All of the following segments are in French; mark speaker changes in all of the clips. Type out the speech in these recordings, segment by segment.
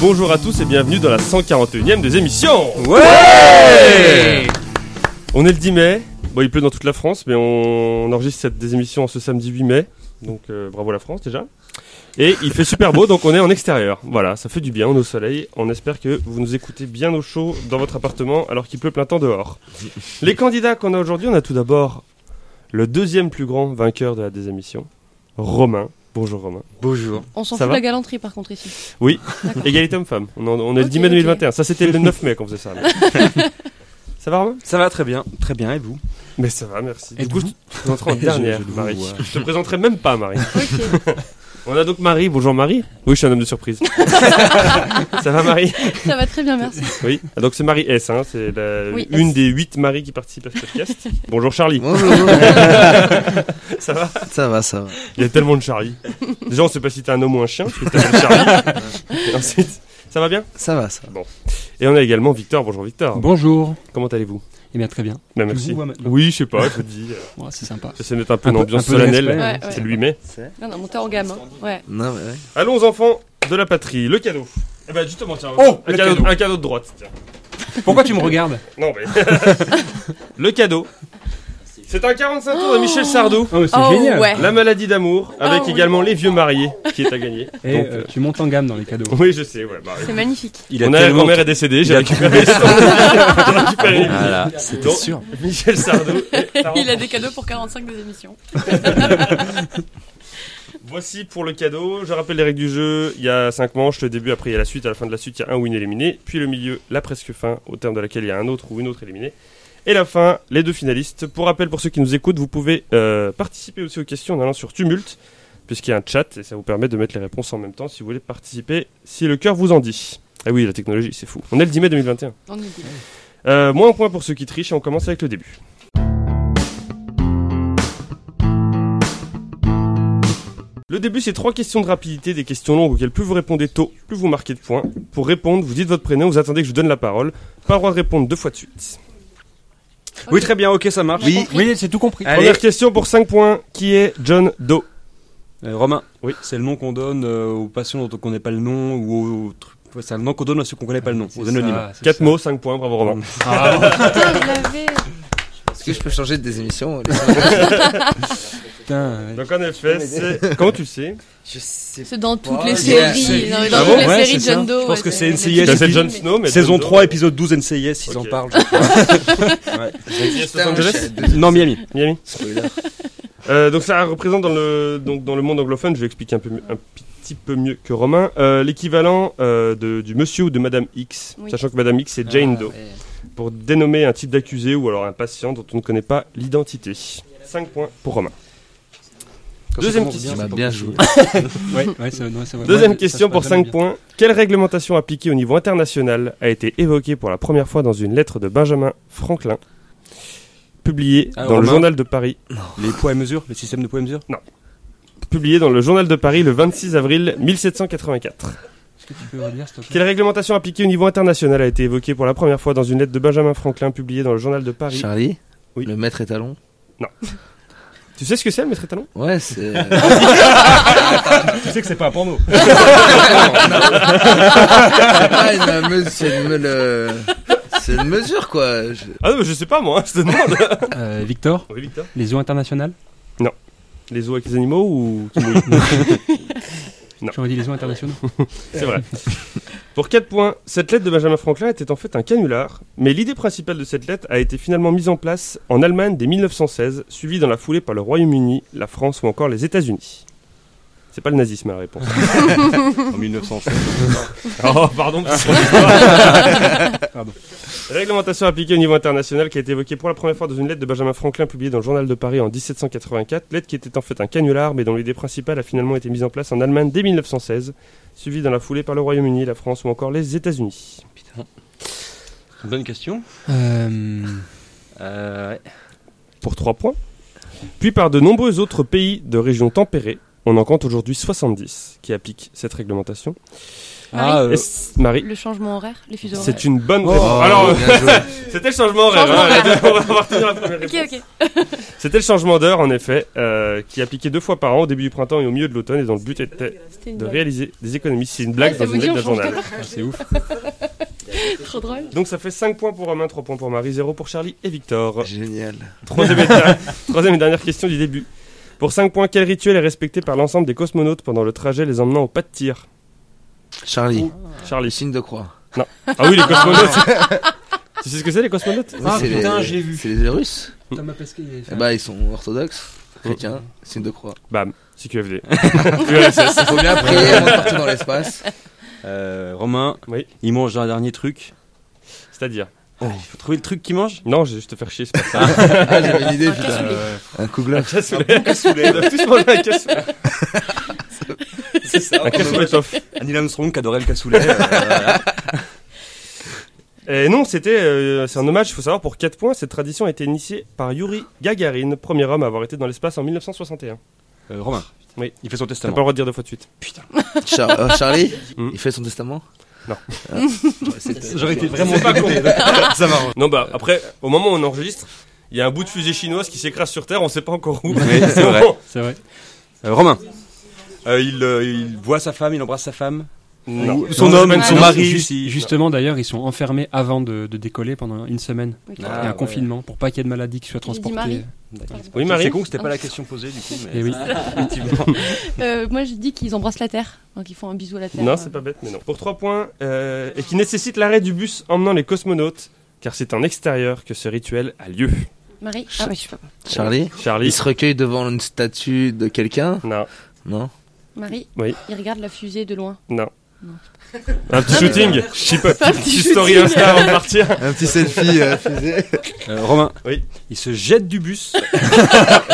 Speaker 1: Bonjour à tous et bienvenue dans la 141ème des émissions
Speaker 2: Ouais
Speaker 1: On est le 10 mai, bon il pleut dans toute la France, mais on, on enregistre cette des émissions ce samedi 8 mai, donc euh, bravo la France déjà. Et il fait super beau, donc on est en extérieur. Voilà, ça fait du bien, on est au soleil. On espère que vous nous écoutez bien au chaud dans votre appartement alors qu'il pleut plein temps dehors. Les candidats qu'on a aujourd'hui, on a tout d'abord le deuxième plus grand vainqueur de la désémission, Romain. Bonjour Romain.
Speaker 2: Bonjour.
Speaker 3: On s'en
Speaker 1: Ça
Speaker 3: fout
Speaker 1: va
Speaker 3: de la galanterie par contre ici.
Speaker 1: Égalité homme-femme. On, en- on est le
Speaker 3: Ok,
Speaker 1: 10 mai
Speaker 3: ok.
Speaker 1: 2021. Ça, c'était le 9 mai qu'on faisait ça. là. ça va, Romain
Speaker 2: Ça va très bien, très bien, et vous
Speaker 1: Mais ça va, merci.
Speaker 2: Et
Speaker 1: du coup,
Speaker 2: vous
Speaker 1: je te présenterai en dernière,
Speaker 2: Je- je le
Speaker 1: Marie.
Speaker 2: vois.
Speaker 1: Je te présenterai même pas, Marie.
Speaker 3: Ok.
Speaker 1: On a donc Marie. Bonjour, Marie. Oui, je suis un homme de surprise. ça va, Marie
Speaker 3: Ça va très bien, merci.
Speaker 1: Oui. Ah, Donc, c'est Marie S. hein, C'est la-
Speaker 3: Oui,
Speaker 1: une
Speaker 3: S.
Speaker 1: des huit Maries qui participent à ce podcast. Bonjour, Charlie.
Speaker 4: Bonjour.
Speaker 1: Ça va
Speaker 4: ça va, ça va.
Speaker 1: Il y a tellement de Charlie. Déjà, on sait pas si t'es un homme ou un chien, parce que t'appelles Charlie. Et ensuite, ça va bien
Speaker 4: Ça va, ça.
Speaker 1: Et on a également Victor. Bonjour, Victor.
Speaker 5: Bonjour.
Speaker 1: Comment allez-vous
Speaker 5: Eh bien, très bien.
Speaker 1: Bah,
Speaker 5: Je
Speaker 1: Merci.
Speaker 5: vous vois maintenant.
Speaker 1: Oui, je sais pas, je te dis. euh,
Speaker 5: Ouais, c'est sympa.
Speaker 1: J'essaie de mettre un peu une
Speaker 5: Un peu-
Speaker 1: ambiance
Speaker 5: un peu de
Speaker 1: solennelle.
Speaker 5: respect,
Speaker 3: ouais.
Speaker 1: C'est
Speaker 3: Ouais.
Speaker 1: lui, mais.
Speaker 3: Non, non, monter en gamme. hein. Ouais.
Speaker 4: Non, mais ouais.
Speaker 1: Allons enfants de la patrie, le cadeau. Eh ben justement tiens,
Speaker 5: Oh,
Speaker 1: un,
Speaker 5: le
Speaker 1: cadeau,
Speaker 5: cadeau.
Speaker 1: un cadeau de droite. Tiens.
Speaker 5: Pourquoi tu me regardes
Speaker 1: Non mais le cadeau. C'est un 45 tours de Michel Sardou.
Speaker 5: Oh, mais c'est
Speaker 3: Oh,
Speaker 5: génial.
Speaker 3: ouais.
Speaker 1: La maladie d'amour, avec
Speaker 3: Oh, oui.
Speaker 1: également les vieux mariés qui est à gagner.
Speaker 5: Et
Speaker 1: Donc,
Speaker 5: euh, tu montes en gamme dans les cadeaux.
Speaker 1: euh,
Speaker 2: Oh,
Speaker 1: oui, je sais. Ouais, bah,
Speaker 3: C'est magnifique.
Speaker 2: Il
Speaker 1: mon arrière-grand-mère est décédée, j'ai
Speaker 2: il a-
Speaker 1: récupéré. son- j'ai
Speaker 4: Oh.
Speaker 1: récupéré.
Speaker 2: Voilà,
Speaker 1: Donc, Michel Sardou. est parent.
Speaker 3: Il a des cadeaux pour 45 des émissions.
Speaker 1: Voici pour le cadeau. Je rappelle les règles du jeu. Il y a 5 manches. Le début, après, il y a la suite. À la fin de la suite, il y a un win éliminé. Puis le milieu, la presque fin, au terme de laquelle il y a un autre ou une autre éliminée. Et la fin, les deux finalistes. Pour rappel, pour ceux qui nous écoutent, vous pouvez euh, participer aussi aux questions en allant sur Tumult, puisqu'il y a un chat et ça vous permet de mettre les réponses en même temps si vous voulez participer, si le cœur vous en dit. Ah oui, la technologie, c'est fou. On est le 10 mai 2021.
Speaker 3: On nous dit.
Speaker 1: Euh, moins un point pour ceux qui trichent et on commence avec le début. Le début, c'est trois questions de rapidité, des questions longues auxquelles plus vous répondez tôt, plus vous marquez de points. Pour répondre, vous dites votre prénom, vous attendez que je vous donne la parole. Pas le droit de répondre deux fois de suite.
Speaker 2: Oui, très bien, ok, ça marche.
Speaker 3: Oui. compris.
Speaker 5: Oui, c'est tout compris.
Speaker 2: Allez,
Speaker 1: Première question pour 5 points. Qui est John Doe
Speaker 2: Euh, Romain,
Speaker 1: Oui.
Speaker 2: c'est le nom qu'on donne euh, aux patients dont on connaît pas le nom ou aux trucs. ouais, C'est le nom qu'on donne à ceux qu'on connaît pas le nom, aux anonymes.
Speaker 1: 4 mots, 5 points, bravo Romain.
Speaker 3: Putain, je l'avais.
Speaker 4: Est-ce que je peux changer des émissions euh,
Speaker 5: Putain. ouais.
Speaker 1: Donc en effet, c'est... Comment tu le sais
Speaker 4: Je sais
Speaker 3: C'est dans toutes
Speaker 4: Ouais,
Speaker 3: les
Speaker 4: ouais,
Speaker 3: séries.
Speaker 4: c'est-
Speaker 3: Non, mais dans
Speaker 2: Ah
Speaker 3: toutes
Speaker 2: bon
Speaker 3: les
Speaker 2: Ouais,
Speaker 3: séries de
Speaker 2: c'est
Speaker 3: John
Speaker 2: ça.
Speaker 3: Doe.
Speaker 2: Je pense
Speaker 3: ouais, Ah
Speaker 2: que c'est NCIS.
Speaker 3: les
Speaker 1: Bah,
Speaker 3: petits
Speaker 1: C'est
Speaker 3: films.
Speaker 1: John Snow, mais
Speaker 2: Saison
Speaker 1: John Doe-
Speaker 2: 3, épisode 12, NCIS, ils
Speaker 1: Ok.
Speaker 2: en parlent. je crois. Ouais.
Speaker 1: NCIS
Speaker 5: Ah,
Speaker 1: Los Angeles
Speaker 2: Non, Miami.
Speaker 1: Miami Euh, donc ça représente dans le, donc dans le monde anglophone, je vais expliquer un, peu, mieux- un petit peu mieux que Romain, euh, l'équivalent euh, de- du monsieur ou de Madame X,
Speaker 3: Oui.
Speaker 1: sachant que Madame X c'est
Speaker 4: Ah,
Speaker 1: Jane
Speaker 5: Ah,
Speaker 1: Doe, pour dénommer un type d'accusé ou alors un patient dont on ne connaît pas l'identité. 5 points pour Romain. Deuxième question.
Speaker 4: Bah, bien joué.
Speaker 5: Ouais, ouais, c'est- non, c'est vrai.
Speaker 1: Deuxième
Speaker 5: Moi, ça
Speaker 1: question
Speaker 5: se passe
Speaker 1: pour
Speaker 5: jamais
Speaker 1: 5 points. Quelle réglementation appliquée au niveau international a été évoquée pour la première fois dans une lettre de Benjamin Franklin publiée
Speaker 2: Ah,
Speaker 1: dans le
Speaker 2: Romain.
Speaker 1: journal de Paris
Speaker 2: Les poids et mesures, le système de poids et mesures
Speaker 1: publié dans le journal de Paris le 26 avril 1784.
Speaker 5: bien. Tu peux redire, s'il te plaît
Speaker 1: Quelle réglementation appliquée au niveau international a été évoquée pour la première fois dans une lettre de Benjamin Franklin publiée dans le journal de Paris
Speaker 4: Charlie
Speaker 1: Oui.
Speaker 4: Le maître étalon
Speaker 1: Tu sais ce que c'est le maître étalon
Speaker 4: Ouais, c'est.
Speaker 2: Tu sais que c'est pas un porno.
Speaker 4: c'est pas une mesure. C'est une, me- le- c'est une mesure, quoi. Je-
Speaker 1: Ah non, mais je sais pas moi, je te demande.
Speaker 5: Euh, Victor,
Speaker 1: Oui,
Speaker 2: hein.
Speaker 1: Victor.
Speaker 5: les eaux internationales
Speaker 1: Les eaux avec les animaux ou qui mouillent Non.
Speaker 5: J'aurais dit les eaux internationales.
Speaker 1: C'est vrai. Pour 4 points, cette lettre de Benjamin Franklin était en fait un canular, mais l'idée principale de cette lettre a été finalement mise en place en Allemagne dès 1916, suivie dans la foulée par le Royaume-Uni, la France ou encore les États-Unis. C'est pas le nazisme la réponse.
Speaker 2: En 1916.
Speaker 1: Oh, pardon.
Speaker 5: Pardon.
Speaker 1: Réglementation appliquée au niveau international qui a été évoquée pour la première fois dans une lettre de Benjamin Franklin publiée dans le Journal de Paris en 1784. Lettre qui était en fait un canular, mais dont l'idée principale a finalement été mise en place en Allemagne dès 1916, suivie dans la foulée par le Royaume-Uni, la France ou encore les États-Unis.
Speaker 2: Bonne question.
Speaker 5: Euh,
Speaker 2: Euh, ouais.
Speaker 1: Pour 3 points. Puis par de nombreux autres pays de régions tempérées, on en compte aujourd'hui 70 qui appliquent cette réglementation.
Speaker 2: Ah, euh,
Speaker 1: Est-ce- Marie,
Speaker 3: Le changement horaire, les fuseaux horaires.
Speaker 1: c'est une bonne
Speaker 2: Oh,
Speaker 1: réponse. Alors, euh,
Speaker 4: bien joué.
Speaker 1: c'était le changement horaire.
Speaker 3: Changement
Speaker 1: hein, les deux, on va retenir la première
Speaker 3: Ok,
Speaker 1: réponse.
Speaker 3: ok.
Speaker 1: C'était le changement d'heure, en effet, euh, qui appliquait deux fois par an au début du printemps et au milieu de l'automne, et dont le but était
Speaker 3: C'était une
Speaker 1: de
Speaker 3: blague.
Speaker 1: réaliser des économies. C'est une blague
Speaker 3: Ah, ça
Speaker 1: dans
Speaker 3: vous
Speaker 1: une
Speaker 3: dit,
Speaker 1: lettre
Speaker 3: on
Speaker 1: d'un
Speaker 3: change
Speaker 1: journal.
Speaker 5: Ah, c'est ouf.
Speaker 3: Trop drôle.
Speaker 1: Donc ça fait 5 points pour Romain, 3 points pour Marie, 0 pour Charlie et Victor.
Speaker 4: Génial.
Speaker 1: Troisième et, dernière, troisième et dernière question du début. Pour 5 points, quel rituel est respecté par l'ensemble des cosmonautes pendant le trajet les emmenant au pas de tir
Speaker 4: Charlie, les
Speaker 1: Charlie.
Speaker 4: signes de croix.
Speaker 1: Ah oui, les cosmonautes Tu sais ce que c'est les cosmonautes
Speaker 4: Oui,
Speaker 5: Ah,
Speaker 4: c'est
Speaker 5: putain,
Speaker 4: les-
Speaker 5: je l'ai vu.
Speaker 4: C'est les Russes.
Speaker 5: Thomas Pesquet. il avait fait
Speaker 4: Eh
Speaker 5: un-
Speaker 4: bah, ils sont orthodoxes, chrétiens, signes de croix.
Speaker 1: Bam, CQFD.
Speaker 4: Il faut bien prier avant de partir dans l'espace.
Speaker 2: euh, Romain,
Speaker 1: Oui.
Speaker 2: il mange un dernier truc.
Speaker 1: C'est-à-dire
Speaker 2: Ah, il faut trouver le truc qu'il mange
Speaker 1: Non, je vais juste te faire chier, c'est pas ça.
Speaker 4: Ah, j'avais une idée,
Speaker 3: Un
Speaker 4: putain.
Speaker 3: cassoulet.
Speaker 4: Un kouglof.
Speaker 1: cassoulet. Un cassoulet. Ils doivent tous manger un cassoulet.
Speaker 2: C'est ça.
Speaker 1: Un cassoulet tof.
Speaker 2: Annie Armstrong qui adorait le cassoulet. euh, voilà.
Speaker 1: Et non, c'était, euh, c'est un hommage, il faut savoir, pour 4 points, cette tradition a été initiée par Yuri Gagarin, premier homme à avoir été dans l'espace en 1961.
Speaker 2: Euh, Romain,
Speaker 1: Oui.
Speaker 2: il fait son
Speaker 1: T'as pas
Speaker 2: testament.
Speaker 1: le droit de dire deux fois de suite.
Speaker 4: Char- euh, Charlie,
Speaker 1: Hmm.
Speaker 4: il fait son testament
Speaker 1: Non.
Speaker 4: Ah. C'était-
Speaker 5: J'aurais été vraiment
Speaker 1: C'est pas
Speaker 5: dégoûté.
Speaker 2: ça hein. marrant.
Speaker 1: Non, bah après, au moment où on enregistre, il y a un bout de fusée chinoise qui s'écrase sur Terre, on sait pas encore où.
Speaker 2: Oui, c'est vrai.
Speaker 1: Bon.
Speaker 5: C'est vrai.
Speaker 2: Euh, Romain, Euh, il, euh, il voit sa femme, il embrasse sa femme.
Speaker 1: Non.
Speaker 2: Ou son
Speaker 1: Non,
Speaker 2: homme,
Speaker 1: c'est pas
Speaker 2: son
Speaker 1: une-
Speaker 2: mari.
Speaker 5: Juste-
Speaker 2: si-
Speaker 5: justement, d'ailleurs, ils sont enfermés avant de, de décoller pendant une semaine.
Speaker 3: Ok.
Speaker 5: Il y
Speaker 2: Ah,
Speaker 5: a un
Speaker 2: ouais.
Speaker 5: confinement pour pas qu'il y ait de maladie qui soit
Speaker 3: dit
Speaker 5: transportée.
Speaker 3: Marie.
Speaker 1: Oui, Marie.
Speaker 2: C'est con que c'était pas la question posée du coup. Mais...
Speaker 5: Et oui.
Speaker 2: Effectivement.
Speaker 3: Euh, moi, je dis qu'ils embrassent la terre. Donc, ils font un bisou à la terre.
Speaker 1: Non, c'est pas bête, mais non. Pour 3 points, euh, et qui nécessite l'arrêt du bus emmenant les cosmonautes, car c'est en extérieur que ce rituel a lieu.
Speaker 3: Marie. Ah, oui, je sais pas.
Speaker 4: Charlie, il
Speaker 1: Charlie
Speaker 4: se recueille devant une statue de quelqu'un
Speaker 1: Non.
Speaker 4: Non
Speaker 3: Marie.
Speaker 1: Oui.
Speaker 3: Ils regardent la fusée de loin.
Speaker 1: Un
Speaker 2: Ah,
Speaker 1: petit shooting Je sais pas,
Speaker 3: Un
Speaker 1: petit,
Speaker 3: petit
Speaker 1: story
Speaker 3: shooting.
Speaker 1: Insta avant de partir.
Speaker 4: Un petit selfie euh, fusée.
Speaker 2: Euh, Romain,
Speaker 1: Oui.
Speaker 2: il se jette du bus.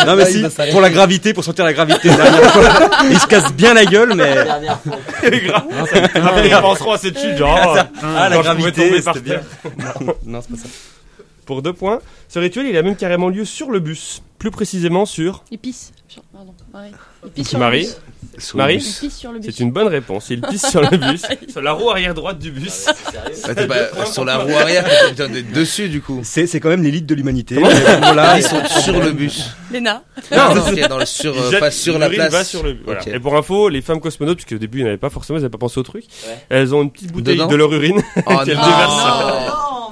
Speaker 2: non mais
Speaker 4: Ah, il
Speaker 2: si,
Speaker 4: va s'arrêter.
Speaker 2: pour la gravité, pour sentir la gravité. la dernière fois. il se casse bien la gueule, mais
Speaker 1: C'est grave. Ah, Après, ils penseront à cette chute, genre. oh,
Speaker 2: ah, la
Speaker 1: quand je pouvais
Speaker 2: gravité,
Speaker 1: tomber par
Speaker 2: c'était bien.
Speaker 1: terre.
Speaker 2: non, c'est pas ça.
Speaker 1: Pour 2 points, ce rituel, il a même carrément lieu sur le bus. Plus précisément sur.
Speaker 3: Ils pissent. Sur- Pardon, Marie. Ils pissent sur
Speaker 1: Marie.
Speaker 3: le bus.
Speaker 4: Sous-
Speaker 1: Marie
Speaker 3: Ils pissent sur le bus.
Speaker 1: C'est une bonne réponse. Il pisse sur le bus, sur la roue arrière droite du bus.
Speaker 4: Ah, t'es pas- Sur la roue arrière, t'es putain, t'es dessus du coup.
Speaker 2: C'est, c'est quand même l'élite de l'humanité.
Speaker 4: Là,
Speaker 2: voilà,
Speaker 4: ils sont sur le bus.
Speaker 3: Léna.
Speaker 4: Non, non, ok, dans le sur, euh,
Speaker 1: Jette-
Speaker 4: pas sur la
Speaker 1: l'urine
Speaker 4: place.
Speaker 1: va sur le- voilà.
Speaker 4: Ok.
Speaker 1: Et pour info, les femmes cosmonautes, puisque au début, ils n'avaient pas forcément, elles n'avaient pas pensé au truc, elles ont une petite bouteille
Speaker 4: Dedans
Speaker 1: de leur urine.
Speaker 4: Oh,
Speaker 1: Qu'elle
Speaker 4: non.
Speaker 1: déverse.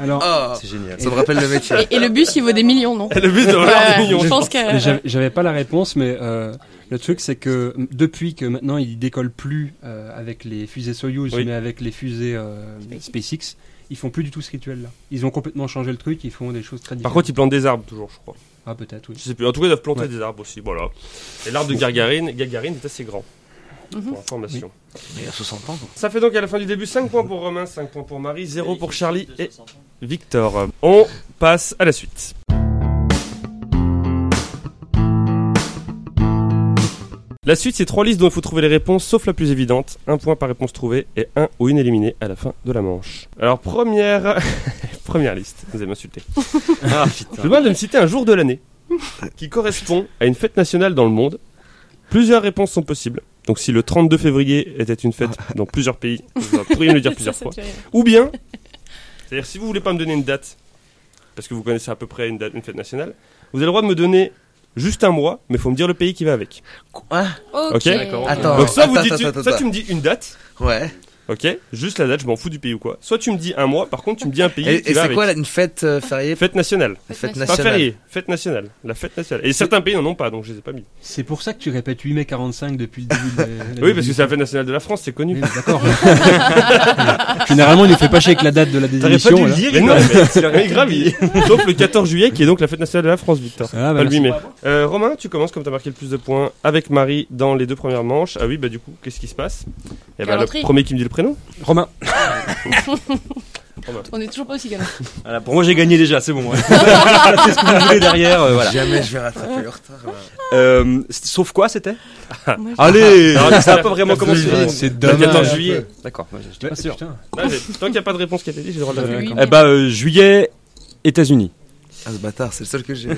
Speaker 5: Alors,
Speaker 4: Oh,
Speaker 2: c'est génial.
Speaker 4: ça me rappelle le métier.
Speaker 3: Et, et le bus, il vaut des millions, non
Speaker 1: Et le bus de
Speaker 3: Ouais,
Speaker 1: leur mignon.
Speaker 3: Je pense que.
Speaker 5: mais j'avais- j'avais pas la réponse, mais euh, le truc, c'est que depuis que maintenant ils décollent plus euh, avec les fusées Soyuz,
Speaker 1: Oui.
Speaker 5: mais avec les fusées euh, SpaceX, ils font plus du tout ce rituel-là. Ils ont complètement changé le truc, ils font des choses
Speaker 1: Par
Speaker 5: très différentes.
Speaker 1: contre, ils plantent des arbres, toujours, je crois.
Speaker 5: ah, peut-être, oui.
Speaker 1: Je sais plus. En tout cas, ils doivent planter
Speaker 5: Ouais.
Speaker 1: des arbres aussi. Voilà. Et l'arbre de Gagarine, Gagarine est assez grand.
Speaker 3: Mhm.
Speaker 1: Pour information.
Speaker 4: Mais à 60 ans.
Speaker 1: Ça fait donc à la fin du début 5 points pour Romain, 5 points pour Marie, 0 pour Charlie et Victor. On passe à la suite. La suite, c'est trois listes dont il faut trouver les réponses, sauf la plus évidente. Un point par réponse trouvée et un ou une éliminée à la fin de la manche. Alors, première, première liste. Vous allez m'insulter.
Speaker 2: Ah putain.
Speaker 1: Je vous demande de me citer un jour de l'année qui correspond à une fête nationale dans le monde. Plusieurs réponses sont possibles. Donc, si le 32 février était une fête dans plusieurs pays, vous pourriez me le dire plusieurs fois. Ou bien, c'est-à-dire si vous voulez pas me donner une date, parce que vous connaissez à peu près une, date, une fête nationale, vous avez le droit de me donner juste un mois, mais faut me dire le pays qui va avec.
Speaker 4: Quoi
Speaker 3: Ok.
Speaker 1: Ok. D'accord.
Speaker 4: Attends.
Speaker 1: Donc soit vous dites,
Speaker 4: Ah, attends,
Speaker 1: une-
Speaker 4: attends,
Speaker 1: soit
Speaker 4: attends.
Speaker 1: tu me dis une date,
Speaker 4: Ouais.
Speaker 1: ok, juste la date, je m'en fous du pays ou quoi. Soit tu me dis un mois, par contre tu me dis un pays
Speaker 4: Et,
Speaker 1: qui
Speaker 4: et
Speaker 1: va
Speaker 4: c'est
Speaker 1: avec.
Speaker 4: quoi là, une fête euh, fériée
Speaker 1: Fête nationale.
Speaker 4: Une fête
Speaker 1: Pas
Speaker 4: nationale.
Speaker 1: férié, fête nationale, la fête nationale. Et certains pays n'en ont pas, donc je les ai pas mis.
Speaker 5: C'est pour ça que tu répètes 8 mai 45 depuis le début de la
Speaker 1: Oui, parce que c'est la fête nationale de la France, c'est
Speaker 5: Oui,
Speaker 1: connu.
Speaker 5: mais D'accord. Généralement, il ne fait pas chier avec la date de la désignation. là.
Speaker 1: Mais non, mais, mais grave, il- sauf le 14 juillet qui est donc la fête nationale de la France, Victor.
Speaker 5: Ah, bah,
Speaker 1: Pas le
Speaker 5: merci.
Speaker 1: huit mai. Euh, Romain, tu commences comme tu as marqué le plus de points avec Marie dans les deux premières manches. Ah oui, bah du coup, qu'est-ce qui se passe Eh ben,
Speaker 3: Galanterie.
Speaker 1: le premier qui me dit le prénom.
Speaker 2: Romain,
Speaker 3: On est toujours pas aussi galant.
Speaker 2: voilà, Ah, pour moi j'ai gagné déjà, c'est bon. ouais. c'est ce que vous voulez derrière, euh, voilà.
Speaker 4: Jamais je vais rattraper le retard. là.
Speaker 2: Euh, c- sauf quoi c'était
Speaker 1: Ah.
Speaker 3: Moi, je-
Speaker 2: Allez
Speaker 1: Alors,
Speaker 2: Ça n'a pas vraiment commencé.
Speaker 4: Ouais,
Speaker 5: c'est
Speaker 1: Le
Speaker 5: dommage.
Speaker 1: 14 juillet.
Speaker 2: D'accord. moi, j'étais pas
Speaker 5: Ouais,
Speaker 2: sûr.
Speaker 5: putain.
Speaker 1: Ah, j'ai- Tant qu'il n'y a pas de réponse qui a été dit, j'ai le droit de la
Speaker 3: Oui.
Speaker 1: dire.
Speaker 2: Eh bah, euh, juillet, États-Unis.
Speaker 4: Ah, ce bâtard, c'est le seul que j'ai.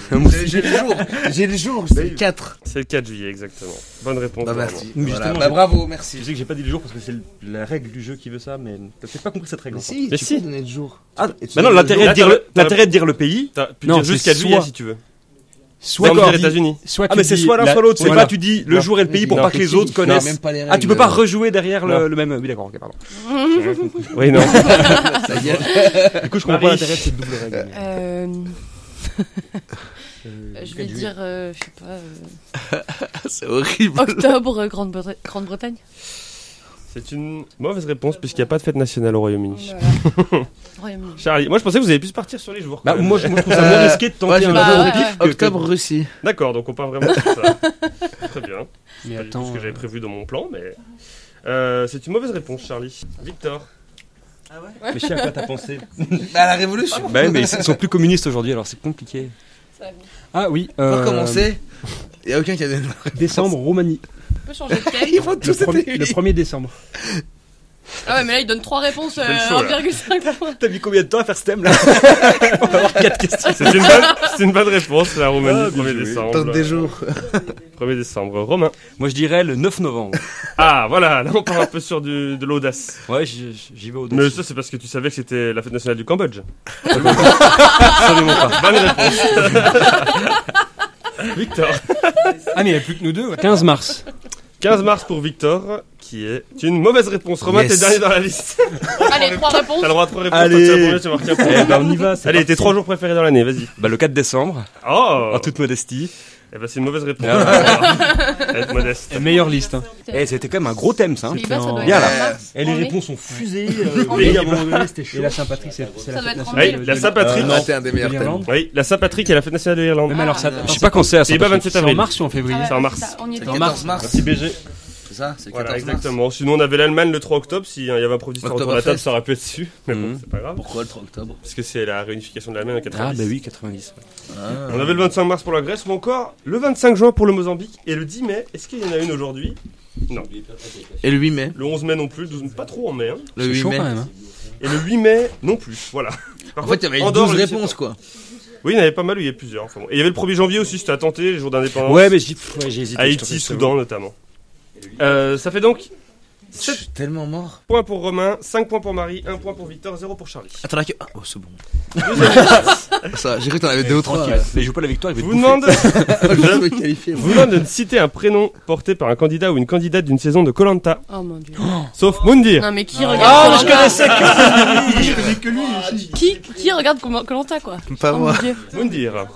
Speaker 4: j'ai j'ai le jour, j'ai le jour, c'est le 4.
Speaker 1: C'est le 4 juillet, exactement. Bonne réponse.
Speaker 4: Bah,
Speaker 1: Armand.
Speaker 4: merci.
Speaker 2: Mais
Speaker 4: Voilà.
Speaker 2: justement,
Speaker 4: Bah,
Speaker 2: j'ai-
Speaker 4: bravo,
Speaker 2: Je
Speaker 4: merci.
Speaker 2: sais que j'ai pas dit le jour parce que c'est le- la règle du jeu qui veut ça, mais t'as peut-être pas compris cette règle. hein. encore.
Speaker 4: si,
Speaker 1: Mais si.
Speaker 4: donner le jour.
Speaker 2: Ah,
Speaker 4: Et tu
Speaker 2: bah non,
Speaker 4: donnes le
Speaker 2: l'intérêt
Speaker 4: jour.
Speaker 2: de, dire le-
Speaker 1: T'as- t'as-
Speaker 2: l'intérêt de dire le pays.
Speaker 1: T'as pu
Speaker 5: Non,
Speaker 1: dire juste
Speaker 5: c'est
Speaker 1: 4 juillet
Speaker 5: soit-
Speaker 1: si tu veux.
Speaker 5: Soit,
Speaker 1: Dans le
Speaker 5: tu
Speaker 1: dire
Speaker 5: dis-
Speaker 1: États-Unis.
Speaker 5: soit
Speaker 2: Ah,
Speaker 5: tu
Speaker 2: mais c'est
Speaker 5: dis
Speaker 2: soit l'un,
Speaker 5: la-
Speaker 2: soit l'autre. C'est
Speaker 5: voilà.
Speaker 2: pas tu dis le jour et le pays pour
Speaker 4: Non,
Speaker 2: pas que les autres
Speaker 4: il connaît
Speaker 2: connaissent.
Speaker 4: même pas les
Speaker 2: Ah, tu
Speaker 4: règles.
Speaker 2: peux pas rejouer derrière
Speaker 1: Non.
Speaker 2: le, le même. Oui, d'accord, ok, pardon.
Speaker 1: Oui, non.
Speaker 4: Ta gueule.
Speaker 2: Du coup, je comprends pas
Speaker 1: Marie.
Speaker 2: l'intérêt de cette double règle.
Speaker 3: Euh,
Speaker 2: Euh,
Speaker 3: je vais
Speaker 2: du-
Speaker 3: dire, euh, je sais pas, euh,
Speaker 4: C'est horrible.
Speaker 3: octobre euh, Grande-Breta- Grande-Bretagne.
Speaker 1: C'est une mauvaise réponse puisqu'il n'y a pas de fête nationale au Royaume-Uni.
Speaker 3: Oh Royaume-Uni.
Speaker 1: Charlie, moi je pensais que vous avez pu se partir sur les jours. quand
Speaker 2: Bah,
Speaker 1: même.
Speaker 2: moi, je moi, je trouve ça moins
Speaker 4: Euh,
Speaker 2: risqué de
Speaker 4: ouais,
Speaker 2: tenter
Speaker 4: je
Speaker 2: un
Speaker 4: vais
Speaker 2: jour
Speaker 3: dire
Speaker 2: au pif que- que-
Speaker 4: Octobre, Russie.
Speaker 1: D'accord, donc on part vraiment sur ça. Très bien.
Speaker 5: Mais
Speaker 1: Pas du tout
Speaker 5: attends,
Speaker 1: ce que j'avais
Speaker 5: euh,
Speaker 1: prévu dans mon plan, mais. Euh, c'est une mauvaise réponse, Charlie. Victor.
Speaker 2: Mais je sais à quoi t'as pensé.
Speaker 4: Bah, à la révolution.
Speaker 2: Bah, oui, mais ils sont plus communistes aujourd'hui, alors c'est compliqué.
Speaker 5: Ah oui.
Speaker 4: Pour
Speaker 5: euh,
Speaker 4: commencer, il y a aucun qui a donné le
Speaker 5: Décembre, Roumanie.
Speaker 3: On peut changer de thème.
Speaker 4: Ils vont
Speaker 5: Le
Speaker 4: tous être
Speaker 5: premier- le
Speaker 4: éliminés.
Speaker 5: 1er décembre.
Speaker 3: Ah ouais, mais là, il donne trois réponses, euh,
Speaker 1: fait le show, là.
Speaker 3: 1,5 points.
Speaker 2: T'as mis combien de temps à faire ce thème là On va avoir 4 questions.
Speaker 1: C'est une, bonne- c'est une bonne réponse, la Roumanie,
Speaker 2: Ah, bien
Speaker 1: 1er
Speaker 2: joué.
Speaker 1: décembre.
Speaker 4: Tente des jours.
Speaker 1: 1er décembre. Romain.
Speaker 2: Moi je dirais le 9 novembre.
Speaker 1: Ah, voilà, là on part un peu sur du- de l'audace.
Speaker 2: Ouais, j'y j'y vais au
Speaker 1: Mais
Speaker 2: dessus.
Speaker 1: ça, c'est parce que tu savais que c'était la fête nationale du Cambodge.
Speaker 2: Absolument pas.
Speaker 1: Bonne réponse. Victor.
Speaker 5: Ah, mais il n'y a plus que nous deux. ouais. 15 mars.
Speaker 1: 15 mars pour Victor, qui est une mauvaise réponse. Romain,
Speaker 2: Yes.
Speaker 1: t'es dernier dans la liste.
Speaker 3: Allez, trois réponses.
Speaker 1: T'as le droit à 3 réponses. toi,
Speaker 2: Allez.
Speaker 1: tu as la première, tu marques un point.
Speaker 2: Eh ben, on y va. c'est
Speaker 1: Allez,
Speaker 2: parti.
Speaker 1: tes
Speaker 2: Euh.
Speaker 1: 3 jours préférés dans l'année, vas-y.
Speaker 2: Bah, le 4 décembre,
Speaker 1: Oh
Speaker 2: en Ah toute modestie.
Speaker 1: Eh ben, c'est une mauvaise réponse. Être modeste.
Speaker 5: La meilleure liste. hein.
Speaker 2: Eh, c'était quand même un gros thème ça. hein.
Speaker 3: Les Pays-Bas, ça doit
Speaker 2: Bien,
Speaker 3: être
Speaker 2: là.
Speaker 3: en mars. En mai.
Speaker 2: ont fusé.
Speaker 3: En mai.
Speaker 5: Et la Saint-Patrick, c'est c'est la
Speaker 3: Ça doit
Speaker 5: fête
Speaker 3: être en
Speaker 5: nationale.
Speaker 1: Oui,
Speaker 3: mai.
Speaker 5: de-
Speaker 1: la
Speaker 5: de-
Speaker 1: Saint-Patrick.
Speaker 4: Ah, c'est un des
Speaker 5: de
Speaker 4: meilleurs
Speaker 5: l'Irlande.
Speaker 4: thèmes.
Speaker 1: Oui, la Saint-Patrick et la fête nationale de l'Irlande.
Speaker 5: Même alors, ça.
Speaker 4: Ah,
Speaker 2: Je sais pas quand c'est à
Speaker 1: C'est pas 27
Speaker 5: C'est en
Speaker 1: avril.
Speaker 5: mars ou en février
Speaker 1: C'est en mars.
Speaker 3: Ah ça, On y était.
Speaker 5: En mars.
Speaker 4: mars.
Speaker 1: Merci BG.
Speaker 4: C'est ça, c'est 14
Speaker 1: Voilà,
Speaker 4: mars.
Speaker 1: exactement. Sinon, on avait l'Allemagne le 3 octobre. S'il y avait un prof d'histoire autour de la table,
Speaker 4: Oktoberfest.
Speaker 1: ça aurait pu être dessus. Mais bon,
Speaker 4: Mm.
Speaker 2: Mhm.
Speaker 1: c'est pas grave.
Speaker 4: Pourquoi le 3 octobre
Speaker 1: Parce que c'est la réunification de l'Allemagne en 90.
Speaker 2: Ah, bah oui, 90.
Speaker 4: Ah.
Speaker 1: On avait le 25 mars pour la Grèce, ou encore le 25 juin pour le Mozambique, et le 10 mai, est-ce qu'il y en a une aujourd'hui Non.
Speaker 4: Et le 8 mai.
Speaker 1: Le 11 mai non plus, 12 pas trop en mai. hein.
Speaker 4: Le
Speaker 5: C'est
Speaker 4: 8
Speaker 5: chaud
Speaker 4: mai.
Speaker 5: quand même. hein.
Speaker 1: Et le 8 mai non plus, voilà. Par
Speaker 4: En
Speaker 1: contre,
Speaker 4: fait, il y avait
Speaker 1: Andorre,
Speaker 4: 12
Speaker 1: je sais
Speaker 4: réponses,
Speaker 1: pas.
Speaker 4: quoi.
Speaker 1: Oui, il y en avait pas mal, oui, il y a plusieurs. Enfin bon. Et il y avait le 1er janvier aussi, c'était à tenter, les jours d'indépendance.
Speaker 2: Ouais, mais j'ai ouais, j'ai hésité. je te
Speaker 1: Haïti,
Speaker 2: fais
Speaker 1: Soudan notamment. Euh, ça fait donc
Speaker 4: Je suis tellement mort.
Speaker 1: points pour Romain, 5 points pour Marie, 1 point pour Victor, 0 pour Charlie.
Speaker 4: Attends, là, que. Ah, oh, c'est bon. Ça, j'ai cru que t'en avais deux ou trois.
Speaker 2: Tranquille.
Speaker 4: ouais.
Speaker 2: Mais je joue pas la victoire, je
Speaker 1: Je
Speaker 2: vais te
Speaker 1: vous
Speaker 2: bouffer.
Speaker 1: demande
Speaker 4: Je me qualifier,
Speaker 1: je
Speaker 4: moi.
Speaker 1: vous demande de citer un prénom porté par un candidat ou une candidate d'une saison de Colanta,
Speaker 3: Oh mon dieu.
Speaker 1: sauf Mundir.
Speaker 3: Non, mais qui regarde
Speaker 1: mais je
Speaker 3: Koh-Lanta
Speaker 4: lui.
Speaker 3: Qui, qui regarde Colanta, quoi
Speaker 4: Pas
Speaker 3: Oh mon
Speaker 4: moi.
Speaker 3: dieu.
Speaker 1: Mundir.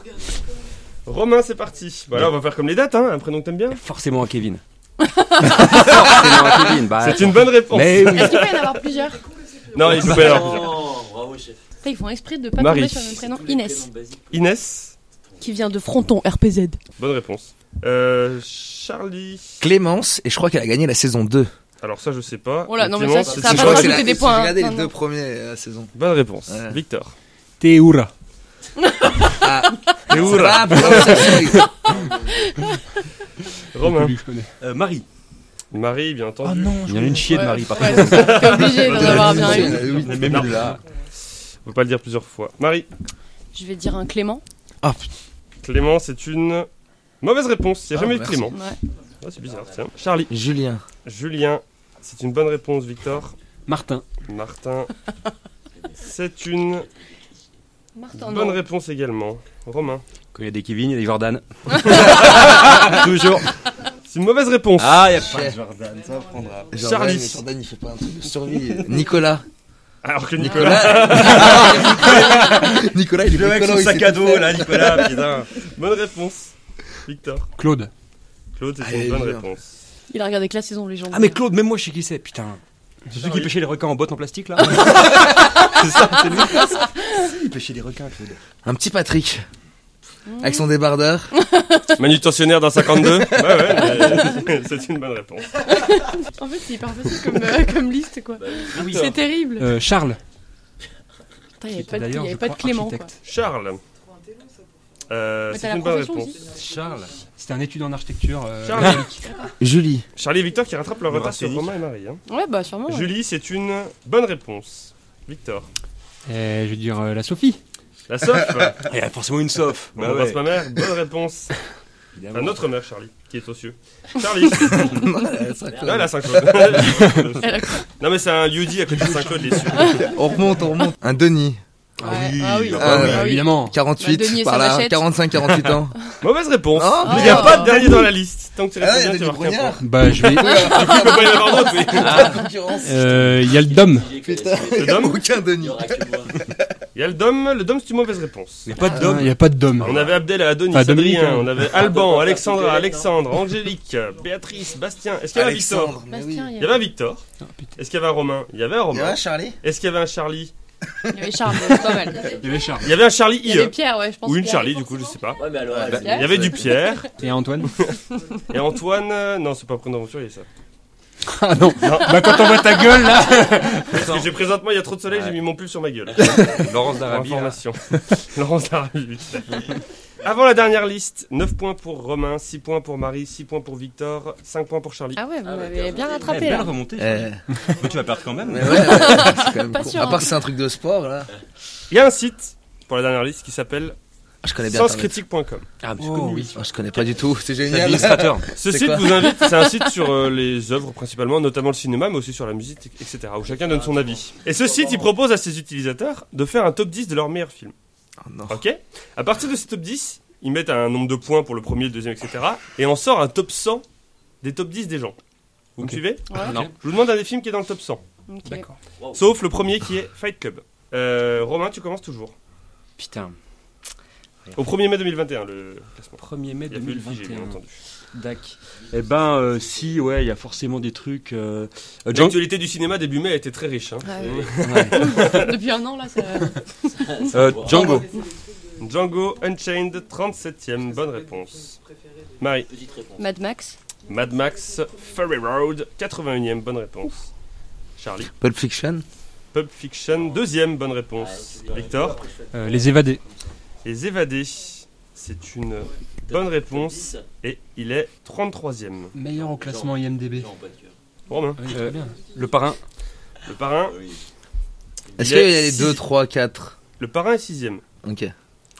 Speaker 1: Romain, c'est parti. Voilà, on va faire comme les dates, hein, un prénom que t'aimes bien.
Speaker 2: Forcément à Kevin. Forcément à Kevin.
Speaker 4: Ah.
Speaker 2: Bah,
Speaker 1: C'est une bonne réponse.
Speaker 2: Mais oui.
Speaker 3: Est-ce qu'il peut y en avoir plusieurs Putain,
Speaker 1: Non, il faut pas y avoir plusieurs.
Speaker 3: Ils font exprès de pas
Speaker 1: Marie.
Speaker 3: tomber sur le même prénom. Inès,
Speaker 1: Inès,
Speaker 3: qui vient de Fronton, RPZ.
Speaker 1: bonne réponse. Euh, Charlie.
Speaker 4: Clémence, et je crois qu'elle a gagné la saison 2.
Speaker 1: Alors ça, je sais pas.
Speaker 3: Oh là, non, mais
Speaker 1: Clémence,
Speaker 3: ça,
Speaker 1: c'est
Speaker 3: ça va
Speaker 1: une
Speaker 4: je
Speaker 3: pas
Speaker 1: bonne-
Speaker 4: crois que c'est
Speaker 3: rajouter
Speaker 4: la-
Speaker 3: des
Speaker 4: si
Speaker 3: points,
Speaker 4: J'ai regardé
Speaker 3: hein.
Speaker 4: les
Speaker 3: Non,
Speaker 4: deux
Speaker 3: non.
Speaker 4: premières euh, saisons.
Speaker 1: Bonne réponse.
Speaker 4: Ouais.
Speaker 1: Victor.
Speaker 5: Théoura.
Speaker 4: Ah,
Speaker 1: Et
Speaker 4: c'est pas pour la surprise.
Speaker 1: Romain.
Speaker 5: Lui, je connais.
Speaker 2: Euh, Marie.
Speaker 1: Marie, bien entendu.
Speaker 4: Oh non,
Speaker 2: Il y en a une chier de
Speaker 3: Ouais.
Speaker 2: Marie, par
Speaker 3: Ouais,
Speaker 2: contre.
Speaker 3: c'est ça. T'es obligé d'en
Speaker 4: Il y en a
Speaker 3: avoir
Speaker 4: une,
Speaker 3: bien
Speaker 4: il y en
Speaker 3: une.
Speaker 4: a eu huit.
Speaker 2: Mais même là.
Speaker 1: On peut pas le dire plusieurs fois. Marie.
Speaker 3: Je vais dire un Clément.
Speaker 4: Ah, putain.
Speaker 1: Clément, c'est une mauvaise réponse. Il n'y a
Speaker 4: Ah,
Speaker 1: jamais eu de
Speaker 4: merci.
Speaker 1: Clément.
Speaker 3: Ouais.
Speaker 1: Ah, c'est bizarre, tiens. Charlie.
Speaker 4: Julien.
Speaker 1: Julien, c'est une bonne réponse. Victor.
Speaker 5: Martin.
Speaker 1: Martin. C'est une
Speaker 3: Martin,
Speaker 1: bonne
Speaker 3: non.
Speaker 1: réponse également. Romain.
Speaker 2: Quand il y a des Kevin, il y a des Jordan. Toujours.
Speaker 1: C'est une mauvaise réponse.
Speaker 2: Ah, il y a pas.
Speaker 4: Chef. Jordan, ça prendra.
Speaker 1: Charlie.
Speaker 4: Jordan, il fait pas un truc de survie. Nicolas.
Speaker 1: Alors que Nicolas.
Speaker 4: Nicolas. Nicolas, il est
Speaker 2: Le mec,
Speaker 4: bricolo,
Speaker 2: son
Speaker 4: il
Speaker 2: sac
Speaker 4: sait
Speaker 2: à
Speaker 4: tout
Speaker 2: dos,
Speaker 4: faire.
Speaker 2: là, Nicolas, putain.
Speaker 1: Bonne réponse. Victor.
Speaker 5: Claude.
Speaker 1: Claude, c'est
Speaker 4: Allez,
Speaker 1: une bonne
Speaker 4: bien.
Speaker 1: réponse.
Speaker 3: Il a regardé que la saison légende.
Speaker 2: Ah, mais Claude, même moi, je sais qui c'est, putain. C'est celui qui
Speaker 1: Charlie.
Speaker 2: pêchait les requins en botte en plastique, là C'est ça, c'est lui. Si, il pêchait les requins, Claude.
Speaker 4: Un petit Patrick. Avec son débardeur.
Speaker 1: Manutentionnaire d'un 52 Ouais, ouais, mais c'est une bonne réponse.
Speaker 3: En fait, c'est hyper facile comme, euh, comme liste, quoi. C'est terrible.
Speaker 5: Euh, Charles.
Speaker 3: Putain, il n'y
Speaker 5: Qui
Speaker 3: avait
Speaker 5: était
Speaker 3: pas de, il y
Speaker 5: d'ailleurs,
Speaker 3: avait
Speaker 5: je
Speaker 3: pas de
Speaker 5: crois,
Speaker 3: Clément, quoi.
Speaker 5: architecte.
Speaker 1: Charles. Euh,
Speaker 3: Mais
Speaker 1: c'est
Speaker 3: t'as la
Speaker 1: une bonne
Speaker 3: profession
Speaker 1: réponse.
Speaker 3: aussi Ah
Speaker 5: Charles. C'était un étudiant en architecture. euh,
Speaker 1: Charles.
Speaker 4: Julie.
Speaker 1: Charlie et Victor qui rattrapent leur
Speaker 2: Le
Speaker 1: retard sur
Speaker 2: racénique.
Speaker 1: Romain et Marie. hein.
Speaker 3: Ouais, bah sûrement. ouais.
Speaker 1: Julie, c'est une bonne réponse. Victor.
Speaker 5: Euh, je veux dire euh, la Sophie.
Speaker 1: La SOF
Speaker 4: Bah
Speaker 2: Ah, Il y a forcément une Bah sauf.
Speaker 1: On embrasse ma mère, bonne réponse. À notre mère, Charlie, qui est socieux. Charlie Là, elle a 5
Speaker 3: Elle a
Speaker 1: Non, mais c'est un Yudi à côté de Saint-Claude, les cieux.
Speaker 4: On remonte, on remonte. Un Denis.
Speaker 3: Ouais, ah oui.
Speaker 2: bah
Speaker 4: Ah
Speaker 2: oui.
Speaker 4: ouais.
Speaker 5: évidemment.
Speaker 4: 48,
Speaker 3: Bah, Denis et
Speaker 4: par
Speaker 3: sa
Speaker 4: là,
Speaker 3: machette.
Speaker 4: 45, 48 ans.
Speaker 1: Mauvaise réponse.
Speaker 4: Oh,
Speaker 1: Il n'y a
Speaker 3: merde.
Speaker 1: pas de dernier dans la liste. Tant que tu
Speaker 4: Ah, il y
Speaker 1: réponds
Speaker 4: a
Speaker 1: bien, tu marques
Speaker 4: Denis
Speaker 1: un
Speaker 4: Brognard.
Speaker 1: point.
Speaker 5: Bah, je vais.
Speaker 1: Il peut pas y en avoir d'autres, mais-
Speaker 4: Ah, concurrence.
Speaker 5: Euh, Il y a le Dom.
Speaker 4: Putain,
Speaker 1: Le
Speaker 4: il y a
Speaker 1: Dom
Speaker 4: aucun
Speaker 6: Il
Speaker 4: Denis.
Speaker 6: y aura que moi.
Speaker 1: Il y a le Dom, le Dom c'est une mauvaise réponse.
Speaker 2: Il n'y a pas de
Speaker 5: Il
Speaker 2: dôme.
Speaker 5: n'y a pas de Dom.
Speaker 1: On avait Abdel à Adonis,
Speaker 5: Ah, Dominique,
Speaker 1: Adrien,
Speaker 5: hein.
Speaker 1: on avait
Speaker 6: on
Speaker 1: Alban,
Speaker 6: peut
Speaker 1: Alexandra,
Speaker 6: pas
Speaker 1: Alexandre, Angélique, Béatrice, Bastien. Est-ce qu'il y avait un Victor
Speaker 4: Alexandre, mais oui.
Speaker 3: Bastien,
Speaker 1: Il y avait un Victor.
Speaker 5: Ah,
Speaker 1: Est-ce qu'il y avait un Romain Il y avait un
Speaker 4: Il y a
Speaker 1: Romain.
Speaker 4: Charlie
Speaker 1: Est-ce qu'il y avait un Charlie
Speaker 3: il y avait Charles, c'est pas mal.
Speaker 5: Il y avait Charles.
Speaker 1: Il y avait un Charlie E.
Speaker 3: Il y avait
Speaker 1: IE.
Speaker 3: Pierre, ouais, je pense.
Speaker 1: Ou une
Speaker 3: qu'il y
Speaker 1: Charlie,
Speaker 3: avait
Speaker 1: du coup, je sais pas.
Speaker 6: Ouais, mais alors,
Speaker 4: Ouais,
Speaker 6: elle,
Speaker 4: bah,
Speaker 1: Il y avait du Pierre.
Speaker 5: Et Antoine
Speaker 1: Et Antoine. euh, Non, c'est pas Prénom Aventurier ça.
Speaker 5: Ah non. Bah, quand on voit ta gueule là.
Speaker 1: Parce que j'ai présentement, il y a trop de soleil, j'ai mis mon pull sur ma gueule.
Speaker 2: Laurence
Speaker 1: Pour
Speaker 2: d'Arabie. là.
Speaker 1: information. Laurence Darabie. Avant la dernière liste, 9 points pour Romain, 6 points pour Marie, 6 points pour Victor, 5 points pour Charlie.
Speaker 3: Ah ouais, vous
Speaker 6: Ah ouais,
Speaker 3: m'avez
Speaker 6: Pierre,
Speaker 3: bien
Speaker 6: c'est-
Speaker 2: Eh,
Speaker 3: rattrapé
Speaker 2: Belle
Speaker 3: là.
Speaker 2: remontée.
Speaker 4: Eh,
Speaker 2: Mais tu vas perdre quand même.
Speaker 4: mais ouais, ouais, c'est quand même
Speaker 3: Pas
Speaker 4: con.
Speaker 3: sûr,
Speaker 4: À
Speaker 3: hein.
Speaker 4: part que c'est un truc de sport, là.
Speaker 1: Il y a un site pour la dernière liste qui s'appelle
Speaker 4: Ah, Je connais bien. Internet.
Speaker 1: senscritique.com.
Speaker 2: Ah, mais
Speaker 5: Oh, oui.
Speaker 4: Ah, je connais pas du tout. C'est
Speaker 2: C'est
Speaker 4: génial.
Speaker 2: administrateur.
Speaker 1: Ce
Speaker 4: C'est
Speaker 1: site
Speaker 4: quoi
Speaker 1: vous invite, c'est un site sur euh, les œuvres principalement, notamment le cinéma, mais aussi sur la musique, etc. où chacun donne son avis. Et ce site, il propose à ses utilisateurs de faire un top 10 de leurs meilleurs films.
Speaker 4: Oh, non.
Speaker 1: Ok À partir de ce top 10, ils mettent un nombre de points pour le premier, le deuxième, etc. Et on sort un top 100 des top 10 des gens. Vous me suivez
Speaker 3: Ouais.
Speaker 2: Non.
Speaker 1: Je vous demande un des films qui est dans le top 100.
Speaker 3: ok.
Speaker 5: D'accord.
Speaker 1: Sauf le premier qui est Fight Club. Euh, Romain, tu commences toujours.
Speaker 2: Putain.
Speaker 1: Au 1er mai 2021, le classement.
Speaker 2: 1er mai
Speaker 1: Il y a plus le figé, bien entendu.
Speaker 2: Dac. Eh ben, euh, si, ouais, il y a forcément des trucs. Euh... euh, Django-
Speaker 1: L'actualité du cinéma début mai a été très riche. hein.
Speaker 3: Ah
Speaker 1: Mmh.
Speaker 3: ouais. Depuis un an là, ça.
Speaker 2: euh, Django.
Speaker 1: Django Unchained, 37ème, bonne réponse. Marie,
Speaker 6: Petite réponse.
Speaker 3: Mad Max.
Speaker 1: Mad Max, Fury Road, 81ème, bonne réponse. Charlie,
Speaker 4: Pulp Fiction.
Speaker 1: Pulp Fiction, deuxième, bonne réponse. bah, Victor,
Speaker 6: Ah,
Speaker 5: Euh, les évadés.
Speaker 1: Les Évadés, c'est une bonne réponse et il est 33ème.
Speaker 5: Meilleur au classement
Speaker 1: Euh,
Speaker 5: IMDB.
Speaker 6: Non, pas de cœur.
Speaker 1: Romain,
Speaker 5: Ah Oui, très bien.
Speaker 2: Le parrain.
Speaker 1: le parrain,
Speaker 6: Oui.
Speaker 4: Est-ce
Speaker 1: Il y a
Speaker 4: qu'il y a les
Speaker 1: six-
Speaker 4: 2, 3, 4
Speaker 1: le parrain est sixième.
Speaker 4: Ok.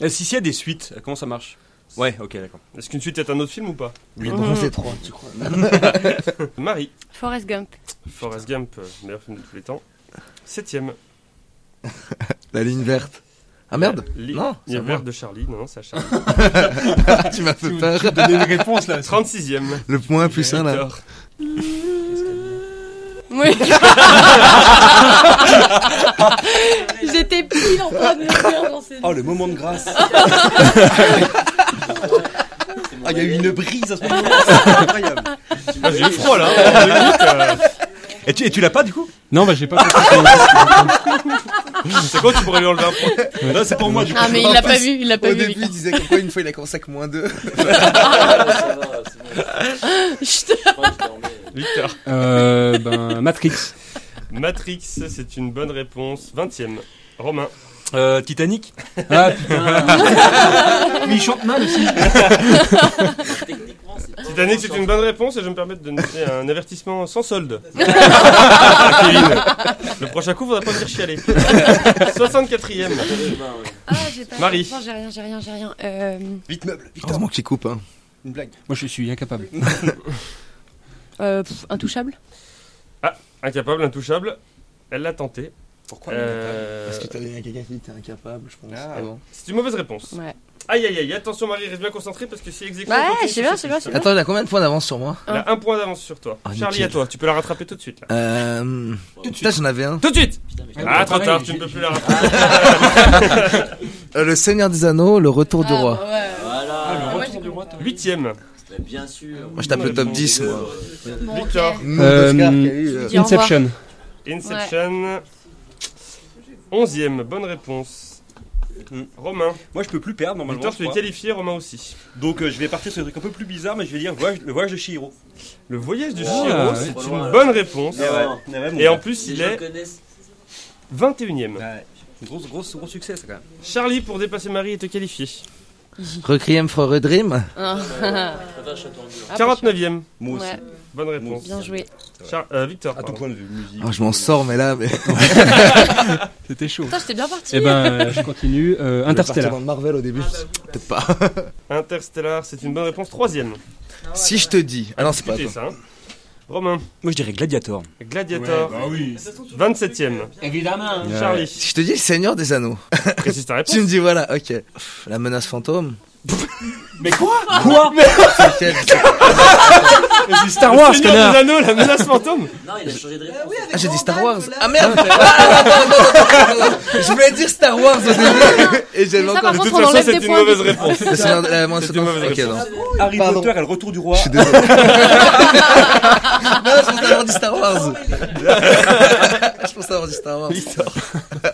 Speaker 2: Euh, si, s'il y a des suites, euh, comment ça marche Ouais, ok, d'accord.
Speaker 1: Est-ce qu'une suite est un autre film ou pas
Speaker 4: Oui,
Speaker 3: Mmh.
Speaker 4: non, c'est 3, tu crois.
Speaker 1: Marie,
Speaker 3: Forrest Gump.
Speaker 1: Forrest Gump, euh, meilleur film de tous les temps. Septième.
Speaker 4: La ligne verte. Ah merde
Speaker 1: Li-
Speaker 4: Non,
Speaker 1: Il y a
Speaker 4: c'est moi.
Speaker 1: Vert de Charlie, non, non, c'est à Charlie.
Speaker 2: Ah,
Speaker 4: Tu m'as fait peur.
Speaker 5: Donnez une réponse là.
Speaker 1: 36ème.
Speaker 4: Le point plus 1 là.
Speaker 1: Victor.
Speaker 3: Oui. J'étais pile en train de me dire dans ces.
Speaker 2: le moment de grâce.
Speaker 6: C'est mon
Speaker 2: Ah, il y a eu une brise à ce moment-là. incroyable.
Speaker 1: Ah, J'ai eu froid là. hein.
Speaker 2: Et tu, et tu l'as pas du coup
Speaker 5: Non, bah, j'ai pas compris.
Speaker 1: c'est quoi tu pourrais lui enlever un point
Speaker 2: Non, c'est pour moi du coup.
Speaker 3: Ah mais il l'a pas vu, il l'a pas
Speaker 4: Au
Speaker 3: vu.
Speaker 4: début, il
Speaker 3: Victor.
Speaker 4: disait pourquoi une fois il a commencé avec moins 2.
Speaker 6: Ah, ouais, ça va, c'est bon.
Speaker 3: Chut.
Speaker 6: Je crois que je dormais.
Speaker 1: Victor.
Speaker 5: Euh, ben, Matrix.
Speaker 1: Matrix, c'est une bonne réponse. 20ème. Romain.
Speaker 2: Euh, Titanic.
Speaker 5: Ah putain. Mais il chante mal aussi.
Speaker 6: Techniquement, c'est pas
Speaker 1: Titanic, c'est
Speaker 6: vraiment
Speaker 1: une bonne réponse et je me permets de donner un avertissement sans solde. Kevin. Le prochain coup, faudra pas me dire chialer. 64ème.
Speaker 6: sorti. Demain, hein, ouais.
Speaker 3: Ah j'ai pas.
Speaker 1: Marie.
Speaker 3: Non, j'ai rien, j'ai rien, j'ai rien. Euh,
Speaker 2: Vite meuble.
Speaker 4: Heureusement que tu coupes, hein.
Speaker 2: Une blague.
Speaker 5: Moi, je suis incapable.
Speaker 3: euh, pff, intouchable.
Speaker 1: Incapable, intouchable. Elle l'a tenté.
Speaker 2: Pourquoi
Speaker 1: Euh,
Speaker 4: t'as donné à quelqu'un qui était incapable, je pense.
Speaker 2: Ah.
Speaker 4: Avant.
Speaker 1: C'est une mauvaise réponse.
Speaker 3: Ouais.
Speaker 1: Aïe aïe aïe, attention Marie, reste bien concentrée parce que si exécute.
Speaker 3: Ouais, je sais bien, je sais bien, je sais bien.
Speaker 4: Attends, il a combien de points d'avance sur moi
Speaker 1: Elle a un point d'avance sur toi.
Speaker 4: Ah,
Speaker 1: Charlie, à
Speaker 4: nickel.
Speaker 1: toi, tu peux la rattraper tout de suite là.
Speaker 4: Euh. Putain, j'en avais un.
Speaker 1: Tout de suite
Speaker 6: Putain, mais je
Speaker 1: Ah, trop
Speaker 5: pareil,
Speaker 1: tard, tu
Speaker 5: j'ai-
Speaker 1: ne peux plus
Speaker 5: j'ai-
Speaker 1: la rattraper.
Speaker 4: Euh, le Seigneur des Anneaux, le retour du
Speaker 3: Ah,
Speaker 4: roi.
Speaker 3: bah ouais.
Speaker 6: Voilà.
Speaker 3: moi, j'ai compris.
Speaker 1: Huitième.
Speaker 6: Bah, bien sûr.
Speaker 4: Moi, je tape le top 10, moi.
Speaker 3: Bon, ok.
Speaker 1: Victor.
Speaker 4: Nombre
Speaker 5: Euh,
Speaker 4: d'Oscars qu'il y a eu, euh.
Speaker 3: Dis au revoir.
Speaker 5: Inception.
Speaker 1: Inception. Onzième, bonne réponse.
Speaker 2: Hmm.
Speaker 1: Romain.
Speaker 2: Moi, je peux plus perdre normalement.
Speaker 1: Victor,
Speaker 2: je
Speaker 1: tu es
Speaker 2: crois.
Speaker 1: qualifié, Romain aussi.
Speaker 2: Donc, euh, je vais partir sur un truc un peu plus bizarre, mais je vais dire voyage- le voyage de Chihiro.
Speaker 1: Le voyage
Speaker 2: Ah,
Speaker 1: de
Speaker 6: Oh,
Speaker 1: Chihiro,
Speaker 5: ouais.
Speaker 1: c'est
Speaker 6: Trop
Speaker 1: une
Speaker 6: loin, là.
Speaker 1: bonne réponse.
Speaker 6: Eh ouais.
Speaker 1: Et en plus,
Speaker 6: Les
Speaker 1: il
Speaker 6: gens
Speaker 1: est
Speaker 6: connaissent.
Speaker 1: 21ème.
Speaker 2: Gros, gros, gros succès, ça quand même.
Speaker 1: Charlie, pour dépasser Marie, est qualifié.
Speaker 4: Requiem for a Dream
Speaker 3: Ah.
Speaker 6: Je préfère Canada, Château Ambulant.
Speaker 3: Ah,
Speaker 1: 49ème.
Speaker 2: Moi aussi.
Speaker 3: Ouais,
Speaker 1: Bonne réponse.
Speaker 3: bien joué.
Speaker 1: Char- euh, Victor.
Speaker 2: À ton
Speaker 1: pardon.
Speaker 2: point de vue, musique.
Speaker 4: Ah, je m'en sors, mais là, mais...
Speaker 5: C'était chaud.
Speaker 3: Putain, j'étais bien parti. Ah,
Speaker 5: Eh ben, euh, je continue. Euh, Interstellar.
Speaker 4: de Marvel au début. Peut-être pas.
Speaker 1: Interstellar, c'est une bonne réponse. Troisième.
Speaker 4: Si je te dis. Ah non, c'est pas.
Speaker 1: Écoutez
Speaker 4: toi.
Speaker 1: ça. hein. Romain.
Speaker 2: Moi, je dirais Gladiator.
Speaker 1: Gladiator.
Speaker 2: Ah
Speaker 5: oui.
Speaker 1: 27ème.
Speaker 6: Évidemment.
Speaker 1: Charlie.
Speaker 4: Si je te dis le Seigneur des Anneaux,
Speaker 1: Précise ta réponse.
Speaker 4: tu me dis voilà, ok. Pff, La menace fantôme.
Speaker 5: Mais quoi Quoi
Speaker 4: Lequel
Speaker 5: Star Wars,
Speaker 1: Seigneur
Speaker 5: connard
Speaker 1: des Anneaux, la menace fantôme.
Speaker 6: Non, il a changé de réponse.
Speaker 4: Ah, j'ai dit Star Wars. Ah merde Ah, attends, attends, attends, attends, attends. Je voulais dire Star Wars au début. Et
Speaker 3: Mais
Speaker 4: j'avais
Speaker 3: ça,
Speaker 4: encore.
Speaker 3: par
Speaker 1: De
Speaker 3: contre,
Speaker 1: toute
Speaker 3: on
Speaker 1: façon,
Speaker 3: enlève
Speaker 1: c'est
Speaker 3: des
Speaker 1: une
Speaker 3: points.
Speaker 1: mauvaise réponse.
Speaker 4: Le Seigneur de la menace
Speaker 1: C'est une
Speaker 4: fantôme.
Speaker 1: mauvaise
Speaker 4: Ok, non.
Speaker 1: réponse.
Speaker 2: Harry
Speaker 4: Pardon.
Speaker 2: Potter et le retour du roi.
Speaker 4: Je suis désolé. non, je pensais avoir dit Star Wars. je pensais avoir dit Star Wars.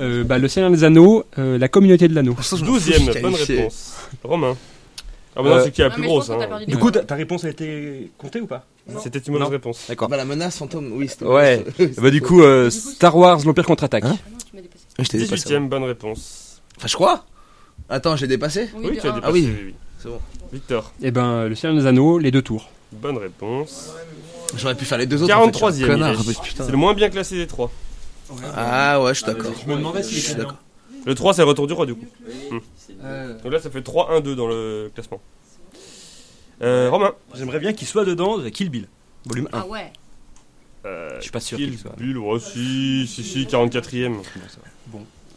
Speaker 5: Euh, bah, Le Seigneur des Anneaux, euh, la communauté de l'anneau.
Speaker 1: Douzième.
Speaker 4: Je suis
Speaker 1: Bonne
Speaker 4: qualifié.
Speaker 1: réponse. Romain. Ah bah non,
Speaker 2: Euh,
Speaker 1: c'est qui la
Speaker 3: Ah,
Speaker 1: plus
Speaker 3: mais je
Speaker 1: grosse.
Speaker 3: pense qu'on t'a
Speaker 1: hein.
Speaker 3: perdu
Speaker 2: Du
Speaker 3: des
Speaker 2: coup,
Speaker 3: points.
Speaker 2: ta ta réponse a été comptée ou pas
Speaker 1: C'était une mauvaise
Speaker 2: Non.
Speaker 1: réponse.
Speaker 4: Bah, la menace fantôme, oui, c'était.
Speaker 2: Ouais. bah, du coup, euh, Star Wars, l'Empire contre-attaque.
Speaker 4: Hein
Speaker 3: Ah non, tu m'as dépassé.
Speaker 4: Je t'ai dépassé.
Speaker 1: 18ème. Bonne réponse.
Speaker 4: Enfin, je crois. Attends, j'ai dépassé
Speaker 1: Oui,
Speaker 3: de
Speaker 1: tu as
Speaker 3: un.
Speaker 1: dépassé.
Speaker 4: Ah oui.
Speaker 1: C'est
Speaker 4: C'est
Speaker 1: bon.
Speaker 4: bon.
Speaker 1: Victor.
Speaker 5: Eh ben, Le Seigneur des Anneaux, les deux tours.
Speaker 1: Bonne réponse.
Speaker 4: J'aurais pu faire les deux autres. en fait.
Speaker 1: 43ème.
Speaker 4: Connard,
Speaker 1: il est.
Speaker 4: putain.
Speaker 1: C'est le moins bien classé des trois.
Speaker 4: Ah ouais, je suis d'accord.
Speaker 6: Je me demandais s'il
Speaker 4: Je suis d'accord.
Speaker 1: Le 3, c'est le retour du roi, du coup.
Speaker 6: Oui, c'est une-
Speaker 1: Donc là, ça fait 3-1-2 dans le classement. Euh, Romain.
Speaker 2: J'aimerais bien qu'il soit dedans, euh, Kill Bill. Volume 1.
Speaker 3: Ah ouais.
Speaker 1: Euh,
Speaker 2: Je suis pas sûr
Speaker 1: Kill
Speaker 2: qu'il soit.
Speaker 1: Bill, ouais, si, si, si, 44ème.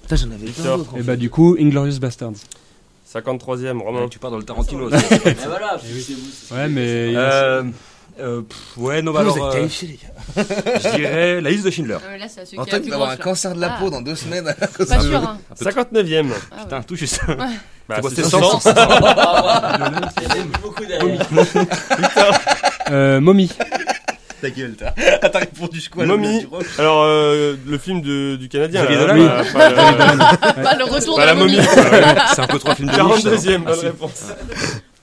Speaker 4: Putain, j'en avais
Speaker 1: Victor.
Speaker 4: plein d'autres. en
Speaker 5: Et
Speaker 4: fait.
Speaker 5: bah, du coup, Inglorious Bastards.
Speaker 1: 53ème, Romain.
Speaker 2: Ouais, tu pars dans le Tarantino.
Speaker 6: Eh voilà, c'est vous. c'est-
Speaker 5: Ouais, mais.
Speaker 2: euh, euh, pff, ouais, non, bah
Speaker 4: Vous
Speaker 2: alors,
Speaker 4: êtes
Speaker 2: euh,
Speaker 4: qualifiés, les gars.
Speaker 2: je dirais la liste de Schindler.
Speaker 3: Ah, mais Là, c'est à ceux
Speaker 4: En
Speaker 3: qui a le
Speaker 4: tant que
Speaker 3: plus
Speaker 4: d'avoir un
Speaker 3: gros,
Speaker 4: cancer de la
Speaker 3: Ah.
Speaker 4: peau dans deux semaines à
Speaker 3: je
Speaker 4: cause
Speaker 3: suis Pas
Speaker 4: de-
Speaker 3: sûr. hein.
Speaker 1: 59ème.
Speaker 3: Ah ouais.
Speaker 2: Putain, tout juste.
Speaker 1: Bah,
Speaker 2: C'est quoi,
Speaker 1: c'est
Speaker 2: c'est
Speaker 1: 100.
Speaker 6: Ah, ouais. Il y a plus beaucoup derrière.
Speaker 5: Euh, Mommy.
Speaker 4: Ta gueule, t'as. Ah, T'as répondu je quoi
Speaker 1: Mommy. Alors, euh, le film de- du Canadien.
Speaker 2: Xavier
Speaker 1: là,
Speaker 2: Dolan.
Speaker 1: hein, pas- pas, euh,
Speaker 3: Pas le retour
Speaker 1: pas
Speaker 3: de
Speaker 1: la momie.
Speaker 2: Ah C'est un peu trois films de niche, ça.
Speaker 1: 42ème, euh, bonne réponse.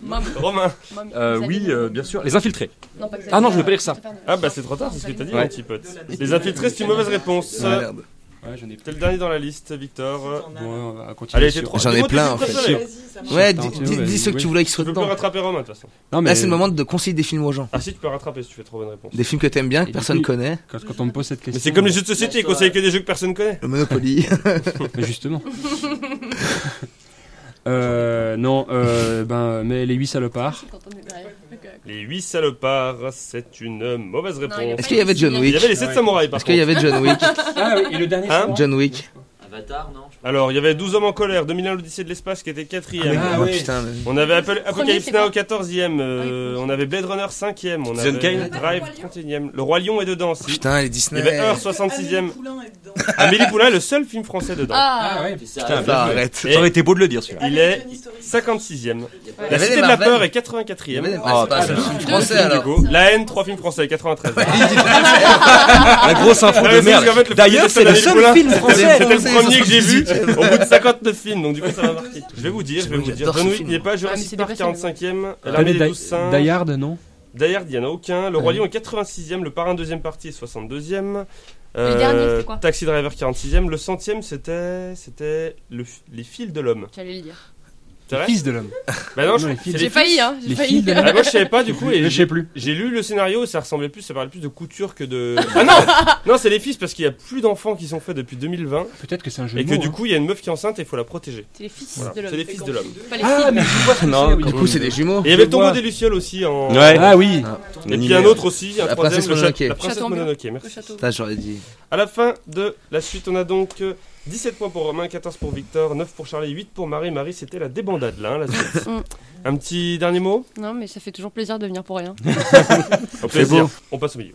Speaker 3: Mam-
Speaker 1: Romain.
Speaker 3: mam-
Speaker 2: Euh,
Speaker 3: vous
Speaker 2: oui,
Speaker 3: avez-
Speaker 2: euh, bien sûr. Les infiltrés.
Speaker 3: Non, pas que
Speaker 2: Ah non,
Speaker 3: avez-
Speaker 2: je vais pas lire ça.
Speaker 1: Ah bah c'est trop tard, c'est ce que t'as dit,
Speaker 2: Ouais.
Speaker 1: mon petit pote. Les infiltrés, c'est une mauvaise réponse.
Speaker 4: Merde.
Speaker 5: Ouais, j'en ai
Speaker 1: T'es le dernier dans la liste, Victor.
Speaker 5: Bon, ouais, on va continuer.
Speaker 1: Allez, j'ai
Speaker 5: sur-
Speaker 1: trois.
Speaker 4: J'en ai
Speaker 1: Dis-moi tes
Speaker 4: plein,
Speaker 1: films
Speaker 4: en fait.
Speaker 1: préférés.
Speaker 4: Ouais, dis,
Speaker 5: Tarantino,
Speaker 4: dis-
Speaker 5: bah,
Speaker 4: dis ceux que
Speaker 5: oui.
Speaker 4: tu voulais qu'ils
Speaker 1: Tu
Speaker 4: soient
Speaker 1: peux plus
Speaker 4: dedans.
Speaker 1: rattraper Romain, de toute façon.
Speaker 5: Non, mais
Speaker 4: Là, c'est le moment de conseiller des films aux gens.
Speaker 1: Ah si, tu peux rattraper si tu fais trop bonne réponse.
Speaker 4: Des films que t'aimes bien, que
Speaker 5: Et
Speaker 4: personne
Speaker 5: du coup,
Speaker 4: connaît.
Speaker 5: Quand, quand on me pose cette question.
Speaker 1: Mais c'est comme les jeux de société, ils conseillent que des jeux que personne connaît.
Speaker 4: Le Monopoly.
Speaker 5: Mais Justement. euh, non, euh, ben, mais les huit salopards.
Speaker 3: Quand on est derrière. Ok, ok.
Speaker 1: Les 8 salopards, c'est une mauvaise
Speaker 3: Non, il y a
Speaker 1: réponse.
Speaker 4: Est-ce qu'il y avait John
Speaker 1: Il
Speaker 4: Wick
Speaker 1: y avait les 7 samouraïs par
Speaker 4: Est-ce qu'il y
Speaker 1: contre.
Speaker 4: avait John Wick
Speaker 5: Ah oui, et le dernier
Speaker 1: Hein
Speaker 4: John Wick.
Speaker 6: Avatar, non
Speaker 1: Alors, il y avait 12 hommes en colère, 2001 l'Odyssée de l'espace qui était 4ème.
Speaker 5: Ah
Speaker 4: Oh,
Speaker 5: ouais.
Speaker 4: putain, mais-
Speaker 1: On avait Apple- Apocalypse
Speaker 3: c'est quoi
Speaker 1: Now 14ème, euh,
Speaker 3: Ah oui.
Speaker 1: on avait Blade Runner 5ème, on
Speaker 2: Citizen
Speaker 1: avait
Speaker 2: Kane.
Speaker 1: Drive 31ème, Le Roi Lion est dedans aussi.
Speaker 4: Putain, les
Speaker 1: Il
Speaker 4: Disney.
Speaker 1: y avait Heure
Speaker 4: Ah,
Speaker 1: 66ème. Amélie Poulain est le seul film français dedans.
Speaker 3: Ah,
Speaker 5: ouais.
Speaker 6: T'es sérieux
Speaker 2: bien joué.
Speaker 4: Bah, arrête.
Speaker 1: Et
Speaker 2: Ça aurait été beau de le dire, celui-là.
Speaker 1: il est 56ème.
Speaker 6: Il y a pas-
Speaker 1: La
Speaker 4: avait
Speaker 1: Cité
Speaker 4: des
Speaker 1: de la
Speaker 4: Marvel.
Speaker 1: peur est
Speaker 4: Il y avait des
Speaker 1: 84ème.
Speaker 4: ah, c'est pas un film français alors.
Speaker 1: La haine, 3 films français, 93.
Speaker 2: La grosse info
Speaker 1: Ah,
Speaker 2: de
Speaker 1: c'est parce qu'en fait,
Speaker 2: merde.
Speaker 1: le
Speaker 2: D'ailleurs,
Speaker 1: premier,
Speaker 2: c'est le
Speaker 1: c'est
Speaker 2: seul
Speaker 1: Nicolas.
Speaker 2: film français.
Speaker 1: C'était le
Speaker 4: français,
Speaker 1: premier que j'ai vu
Speaker 4: 78e.
Speaker 1: au bout de 59 films, donc du coup ça m'a marqué. Je vais vous dire, je vais vous dire.
Speaker 4: J'adore ce
Speaker 1: John Wick
Speaker 4: film.
Speaker 1: n'y est pas,
Speaker 3: Ah, mais
Speaker 1: Jurassic
Speaker 3: c'est
Speaker 1: Park
Speaker 3: dépassé, mais
Speaker 1: 45ème,
Speaker 5: T'as
Speaker 1: L'armée
Speaker 5: dit
Speaker 1: des
Speaker 5: Die-
Speaker 1: 12 singes.
Speaker 5: Die Hard, non
Speaker 1: D'ailleurs, il n'y en a aucun. Le Roi
Speaker 5: Ouais.
Speaker 1: Lion est 86ème, le parrain deuxième partie est 62ème.
Speaker 3: Le dernier, c'était quoi
Speaker 1: Taxi Driver 46ème, le centième c'était c'était le f- les fils de l'homme.
Speaker 3: j'allais le dire.
Speaker 1: C'est vrai
Speaker 5: Fils de l'homme.
Speaker 1: Bah non, je-
Speaker 5: Non, les fils.
Speaker 1: c'est
Speaker 3: J'ai
Speaker 1: les-
Speaker 3: failli, hein.
Speaker 5: les
Speaker 3: J'ai failli.
Speaker 5: filles de-
Speaker 1: Ah, moi je savais pas du coup et
Speaker 5: Je sais plus.
Speaker 1: J'ai lu le scénario, ça ressemblait plus, ça parlait plus de couture que de. Ah non Non, c'est les fils parce qu'il y a plus d'enfants qui sont faits depuis 2020
Speaker 5: Peut-être que c'est un jeu
Speaker 1: et
Speaker 5: de
Speaker 1: que
Speaker 5: mots,
Speaker 1: du
Speaker 5: hein.
Speaker 1: coup il y a une meuf qui est enceinte et il faut la protéger.
Speaker 3: C'est les fils
Speaker 1: Voilà.
Speaker 3: de
Speaker 1: C'est les
Speaker 3: l'homme.
Speaker 1: fils de l'homme.
Speaker 3: Pas les
Speaker 5: Ah,
Speaker 3: filles.
Speaker 5: mais je vois ce que
Speaker 2: Non,
Speaker 5: c'est, oui.
Speaker 4: Du coup, c'est des jumeaux.
Speaker 1: Et il y avait le
Speaker 5: Je
Speaker 1: tombeau
Speaker 5: vois.
Speaker 1: des Lucioles aussi en.
Speaker 2: Ouais.
Speaker 5: Ah oui.
Speaker 1: Et puis un autre aussi, un
Speaker 4: La
Speaker 1: troisième,
Speaker 4: princesse
Speaker 1: le cha-
Speaker 4: Mononoke.
Speaker 1: La princesse
Speaker 3: Château ambulant.
Speaker 1: Mononoke, merci.
Speaker 3: Le château.
Speaker 4: Putain, j'aurais dit.
Speaker 1: À la fin de la suite, on a donc euh, 17 points pour Romain, 14 pour Victor, 9 pour Charlie, 8 pour Marie. Marie, c'était la débandade là, hein, la suite.
Speaker 3: Mm.
Speaker 1: Un petit dernier mot
Speaker 3: Non, mais ça fait toujours plaisir de venir pour rien.
Speaker 1: Au plaisir.
Speaker 4: beau.
Speaker 1: On passe au milieu.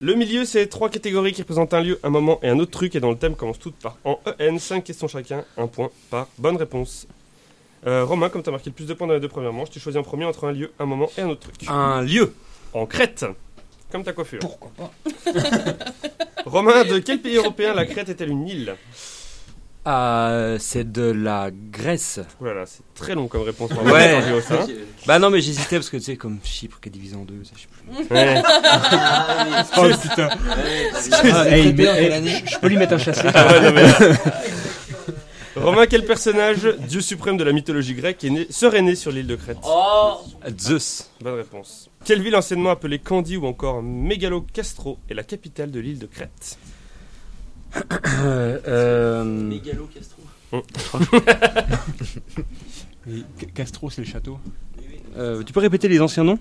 Speaker 1: Le milieu, c'est trois catégories qui représentent un lieu, un moment et un autre truc. Et dans le thème, commence toutes par en EN. Cinq questions chacun, un point par bonne réponse. Euh, Romain, comme tu as marqué le plus de points dans les deux premières manches, tu choisis en premier entre un lieu, un moment et un autre truc.
Speaker 2: Un lieu.
Speaker 1: En Crète, comme ta coiffure. Pourquoi pas Romain, de quel pays européen la Crète est-elle une île
Speaker 2: Ah, c'est de la Grèce.
Speaker 1: Oh là là, c'est très long comme réponse.
Speaker 2: Ouais.
Speaker 1: Quand je vois ça.
Speaker 2: Bah non, mais j'hésitais parce que tu sais, comme Chypre qui est divisé en deux, ça, je sais plus.
Speaker 1: Ouais.
Speaker 6: Ah, oui.
Speaker 5: Oh putain.
Speaker 6: Ouais, t'as vu.
Speaker 5: Ah, hey,
Speaker 4: Très
Speaker 5: mais-
Speaker 4: bien,
Speaker 5: hey,
Speaker 4: Mélanie.
Speaker 5: je peux lui mettre un chassé.
Speaker 1: Ah ouais, non, mais- Romain, quel personnage, dieu suprême de la mythologie grecque, est né- serait né sur l'île de Crète
Speaker 6: Oh
Speaker 2: Euh, Zeus.
Speaker 1: Bonne réponse. Quelle ville anciennement appelée Candie ou encore Mégalo Castro est la capitale de l'île de Crète
Speaker 2: Euh,
Speaker 6: Mégalo Castro.
Speaker 5: Castro, c'est le château.
Speaker 2: Euh, tu peux répéter les anciens noms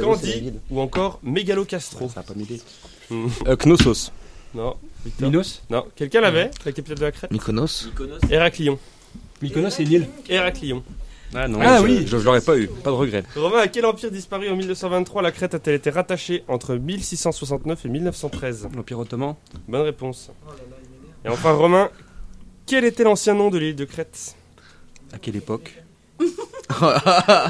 Speaker 1: Candie ou encore Mégalo Castro
Speaker 2: Ça a pas m'aider.
Speaker 1: Hmm.
Speaker 2: Euh, Knossos.
Speaker 1: Non, Victor.
Speaker 5: Minos
Speaker 1: Non, quelqu'un l'avait, la capitale de la Crète
Speaker 4: Mykonos
Speaker 6: Mykonos.
Speaker 1: Héraclion.
Speaker 5: Mykonos, c'est une île.
Speaker 1: Héraclion.
Speaker 2: Ah non,
Speaker 5: Ah
Speaker 2: je-
Speaker 5: oui.
Speaker 2: je, je l'aurais pas eu. Pas de regret.
Speaker 1: Romain, à quel empire disparu en 1223 la Crète a-t-elle été rattachée entre 1669 et 1913
Speaker 2: L'Empire Ottoman.
Speaker 1: Bonne réponse. Et enfin, Romain, quel était l'ancien nom de l'île de Crète
Speaker 2: À quelle époque
Speaker 1: Entre
Speaker 3: qu'il a trois noms,